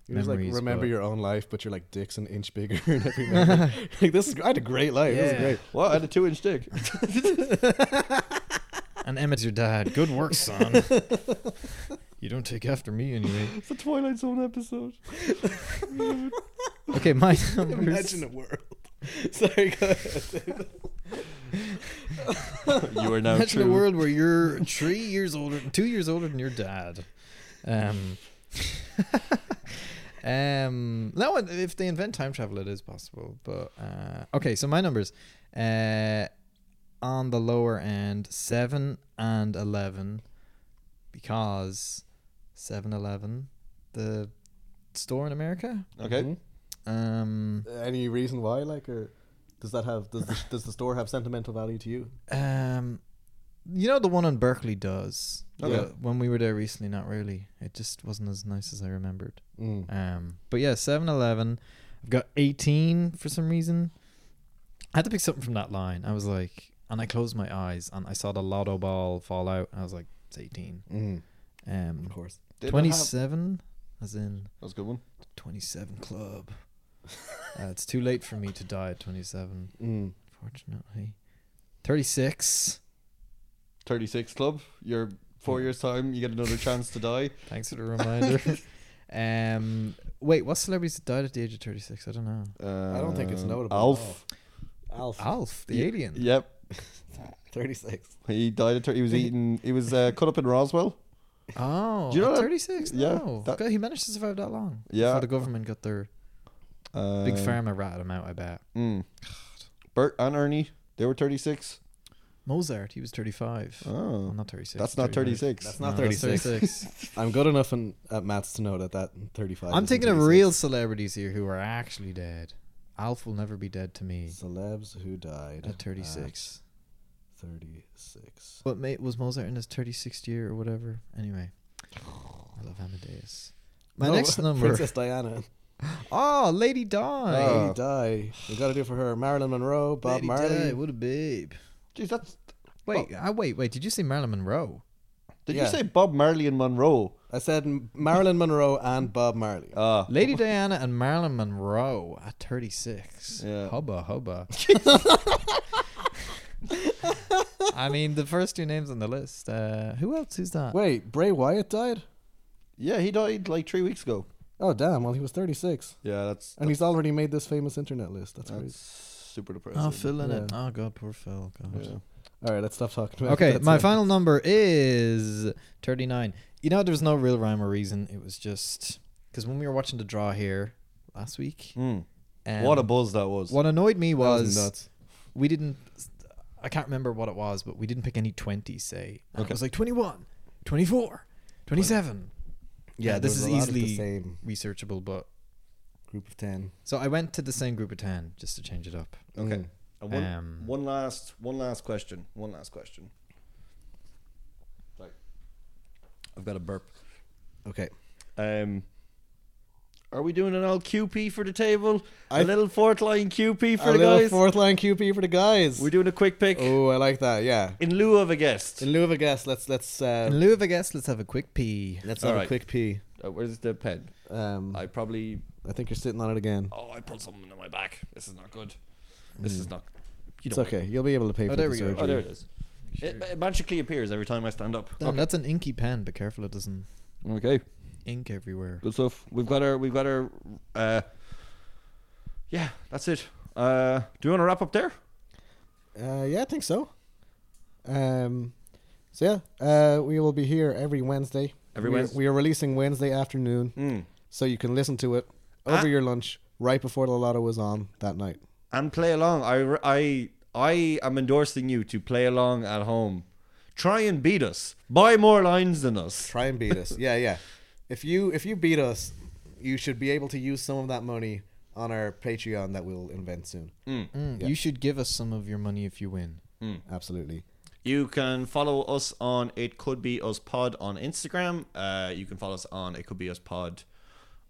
S2: You're just like
S3: memories,
S2: remember
S3: but-
S2: your own life, but you're like dicks an inch bigger. <laughs> And every memory. <laughs> like this is, I had a great life. This is
S3: Yeah.
S2: great.
S1: Well, I had a two-inch dick.
S3: And Emmett's your dad. Good
S2: <laughs>
S3: work, son. you don't take after me anyway.
S1: <laughs> it's a Twilight Zone episode.
S3: Okay, my numbers.
S2: Imagine a world. Sorry, go ahead.
S1: you <laughs> are now
S3: Imagine
S1: true.
S3: a world where you're three years older, two years older than your dad. Um, um, no, and if they invent time travel, it is possible. But uh, okay, so my numbers uh, on the lower end, seven and eleven, because 7-Eleven, the store in America.
S1: Okay.
S2: Mhm.
S3: Um,
S2: Uh, Any reason why? Like, or does that have does the, does the store have sentimental value to you?
S3: Um, you know the one on Berkeley does.
S2: Oh,
S1: Okay.
S3: But when we were there recently, not really. It just wasn't as nice as I remembered.
S2: Mm.
S3: Um, but yeah, Seven Eleven. I've got eighteen for some reason. I had to pick something from that line. I was like, and I closed my eyes and I saw the lotto ball fall out. And I was like, it's eighteen.
S2: Mm. Of
S3: Um,
S2: course.
S1: Did it have-
S3: twenty-seven, as in
S1: That was a good one.
S2: <laughs>
S3: twenty-seven club. uh, it's too late for me to die at twenty-seven,
S2: Mm.
S3: fortunately. Thirty-six.
S1: 36 Club. You're four years time. You get another chance to die.
S3: Thanks for the <laughs> reminder. um, wait, what celebrities that died at the age of thirty six? I don't know.
S2: <laughs> I don't think it's
S1: Um,
S2: notable.
S1: Alf.
S2: Alf. <laughs>
S3: Alf, the
S1: Ye-
S3: alien.
S1: Yep.
S2: Thirty six.
S1: He died. At thir- he was eating. He was uh, cut up in Roswell.
S3: Oh,
S1: Do you know that-
S3: thirty six?
S1: yeah,
S3: No,
S1: that-
S3: God, he managed to survive that long.
S1: Yeah.
S3: before the government got their
S1: Uh,
S3: big pharma rat him out. I bet
S1: Mm. Bert and Ernie. They were 36.
S3: Mozart, he was thirty five.
S1: Oh.
S3: not thirty six.
S1: That's not 36.
S2: That's not 36.
S3: <laughs>
S2: I'm good enough in, at maths to know that that thirty five.
S3: I'm thinking of real celebrities here who are actually dead. Alf will never be dead to me
S2: celebs who died
S3: at thirty six.
S2: Thirty six.
S3: But mate, was Mozart in his thirty sixth year or whatever? Anyway, I love Amadeus.
S2: <laughs>
S3: My <laughs> next number.
S2: Princess Diana.
S3: Oh, Lady Di.
S1: Oh.
S2: Lady Di. We got to do for her. Marilyn Monroe, Bob
S3: Lady
S2: Marley.
S3: Di, what a babe.
S1: Jeez, that's.
S3: Wait, uh, wait, wait. Did you say Marilyn Monroe?
S1: Did
S2: Yeah.
S1: you say Bob Marley and Monroe?
S2: I said M- Marilyn Monroe and Bob Marley.
S3: Uh,
S1: Ah.
S3: Lady Diana and Marilyn Monroe at 36.
S1: Yeah.
S3: Hubba, <laughs> hubba. I mean, the first two names on the list. Uh, who else? Who's that?
S2: Wait, Bray Wyatt died?
S1: yeah, he died like three weeks ago.
S2: Oh damn! Well, he was 36,
S1: Yeah, that's.
S2: and he's already made this famous internet list. That's
S1: That's
S2: crazy.
S1: super depressing.
S3: Oh, Phil in it.
S2: Yeah.
S3: Oh, God, poor Phil. God.
S1: Yeah.
S2: All right, let's stop talking about.
S3: Okay,
S2: that.
S3: my
S2: That's it.
S3: final number is 39. You know, there was no real rhyme or reason. It was just because when we were watching The Draw here last week.
S1: Mm.
S3: um,
S1: what a buzz that was.
S3: What annoyed me
S2: That was
S3: was
S2: nuts.
S3: we didn't. I can't remember what it was, but we didn't pick any 20, say. And It was like 21, 24, 27. Yeah,
S2: there
S3: this
S2: was
S3: is
S2: a lot of the
S3: easily
S2: same
S3: researchable, but.
S2: group of ten.
S3: So I went to the same group of 10 just to change it up.
S1: Okay.
S2: Mm.
S1: And one,
S3: Um,
S1: one last one last question. One last question. Sorry. I've got a burp.
S2: Okay.
S1: Um are we doing an all QP for the table? A
S2: I-
S1: little fourth line QP for
S2: a
S1: the
S2: little
S1: guys?
S2: fourth line QP for the guys.
S1: We're doing a quick pick
S2: oh, I like that. Yeah.
S1: in lieu of a guest.
S2: In lieu of a guess, letess let's uh,
S3: In lieu of a guess, let's have a quick pee.
S2: let's
S1: All
S2: have a
S1: right.
S2: quick pee.
S1: Uh, where's the pen?
S2: Um,
S1: I
S2: I,
S1: probably.
S2: think you're sitting on it again. Mm.
S1: Oh, I pulled something in my back. This is not good. This is not. You
S2: It's
S1: don't-
S2: okay. You'll be able to pay for
S3: there
S2: the
S3: we go.
S2: surgery.
S1: Oh, there it is.
S2: Eh,
S1: It, it magically appears every time I stand up.
S3: Damn, That's an inky pen. Be careful it doesn't
S1: Okay.
S3: ink everywhere.
S1: Good stuff. We've got our. We've got our. Uh, yeah, that's it. Uh, do you want to wrap up there?
S2: Uh, yeah, I think so. Um, so yeah, uh, we will be here every Wednesday.
S1: Every
S2: we are,
S1: Wednes-
S2: we are releasing Wednesday afternoon,
S1: Mm.
S2: so you can listen to it
S1: Ah.
S2: over your lunch, right before the lotto was on that night.
S1: and play along. I, I, I am endorsing you to play along at home. Try and beat us. Buy more lines than us.
S2: Try and beat us. yeah, yeah. If you if you beat us, you should be able to use some of that money on our Patreon that we'll invent soon.
S3: Mm,
S2: Yeah.
S3: You should give us some of your money if you win.
S2: Absolutely.
S1: You can follow us on It Could Be Us Pod on Instagram. Uh, you can follow us on It Could Be Us Pod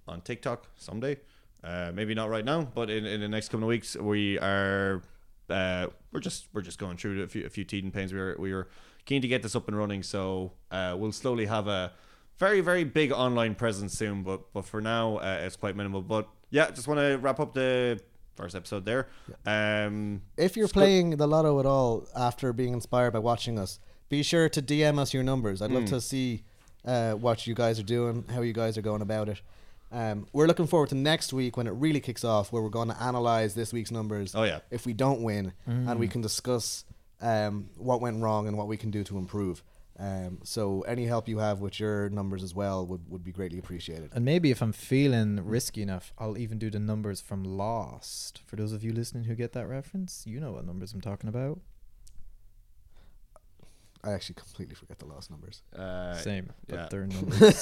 S1: on TikTok someday. Uh, maybe not right now, but in, in the next couple of weeks, we are uh, we're just we're just going through a few a few teething pains. We were we were keen to get this up and running, so uh, we'll slowly have a very very big online presence soon. But but for now, uh, it's quite minimal. But yeah, just want to wrap up the first episode there. Um,
S2: If you're playing the lotto at all after being inspired by watching us, be sure to DM us your numbers. I'd love
S1: Hmm.
S2: to see uh, what you guys are doing, how you guys are going about it. Um, we're looking forward to next week when it really kicks off, where we're going to analyze this week's numbers.
S1: Oh, yeah.
S2: If we don't win, and we can discuss um, what went wrong and what we can do to improve. Um, so any help you have with your numbers as well would, would be greatly appreciated.
S3: And maybe if I'm feeling risky enough, I'll even do the numbers from Lost. For those of you listening who get that reference, you know what numbers I'm talking about.
S2: I actually completely forget the last numbers. <laughs>
S1: uh,
S3: Same, but
S1: yeah.
S3: they're numbers.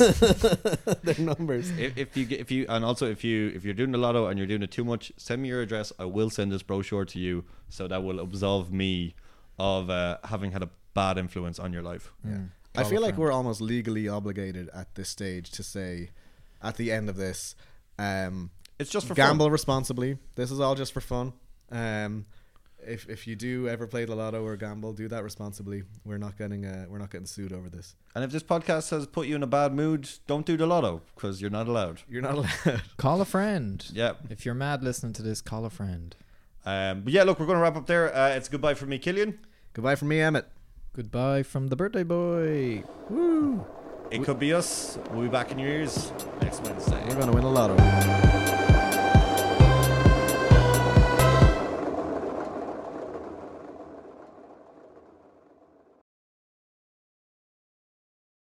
S2: Their numbers.
S1: if, if you get if you and also if you if you're doing the lotto and you're doing it too much, send me your address. I will send this brochure to you, so that will absolve me of uh, having had a bad influence on your life.
S2: Yeah.
S3: Mm.
S2: I feel like
S3: Battlefront.
S2: we're almost legally obligated at this stage to say, at the end of this, um,
S1: It's just for
S2: gamble responsibly. This is all just for fun. Um, if if you do ever play the lotto or gamble, do that responsibly. We're not getting uh, we're not getting sued over this.
S1: fun. And if this podcast has put you in a bad mood, don't do the lotto because you're not allowed.
S2: You're not allowed. <laughs>
S3: call a friend.
S1: Yeah.
S3: If you're mad listening to this, call a friend.
S1: Um, but yeah, look, we're going to wrap up there. Uh, it's goodbye from me, Killian.
S2: Goodbye from me, Emmett.
S3: Goodbye from the birthday boy.
S1: It could be us. We'll be back in your ears next Wednesday.
S2: We're gonna win the lotto.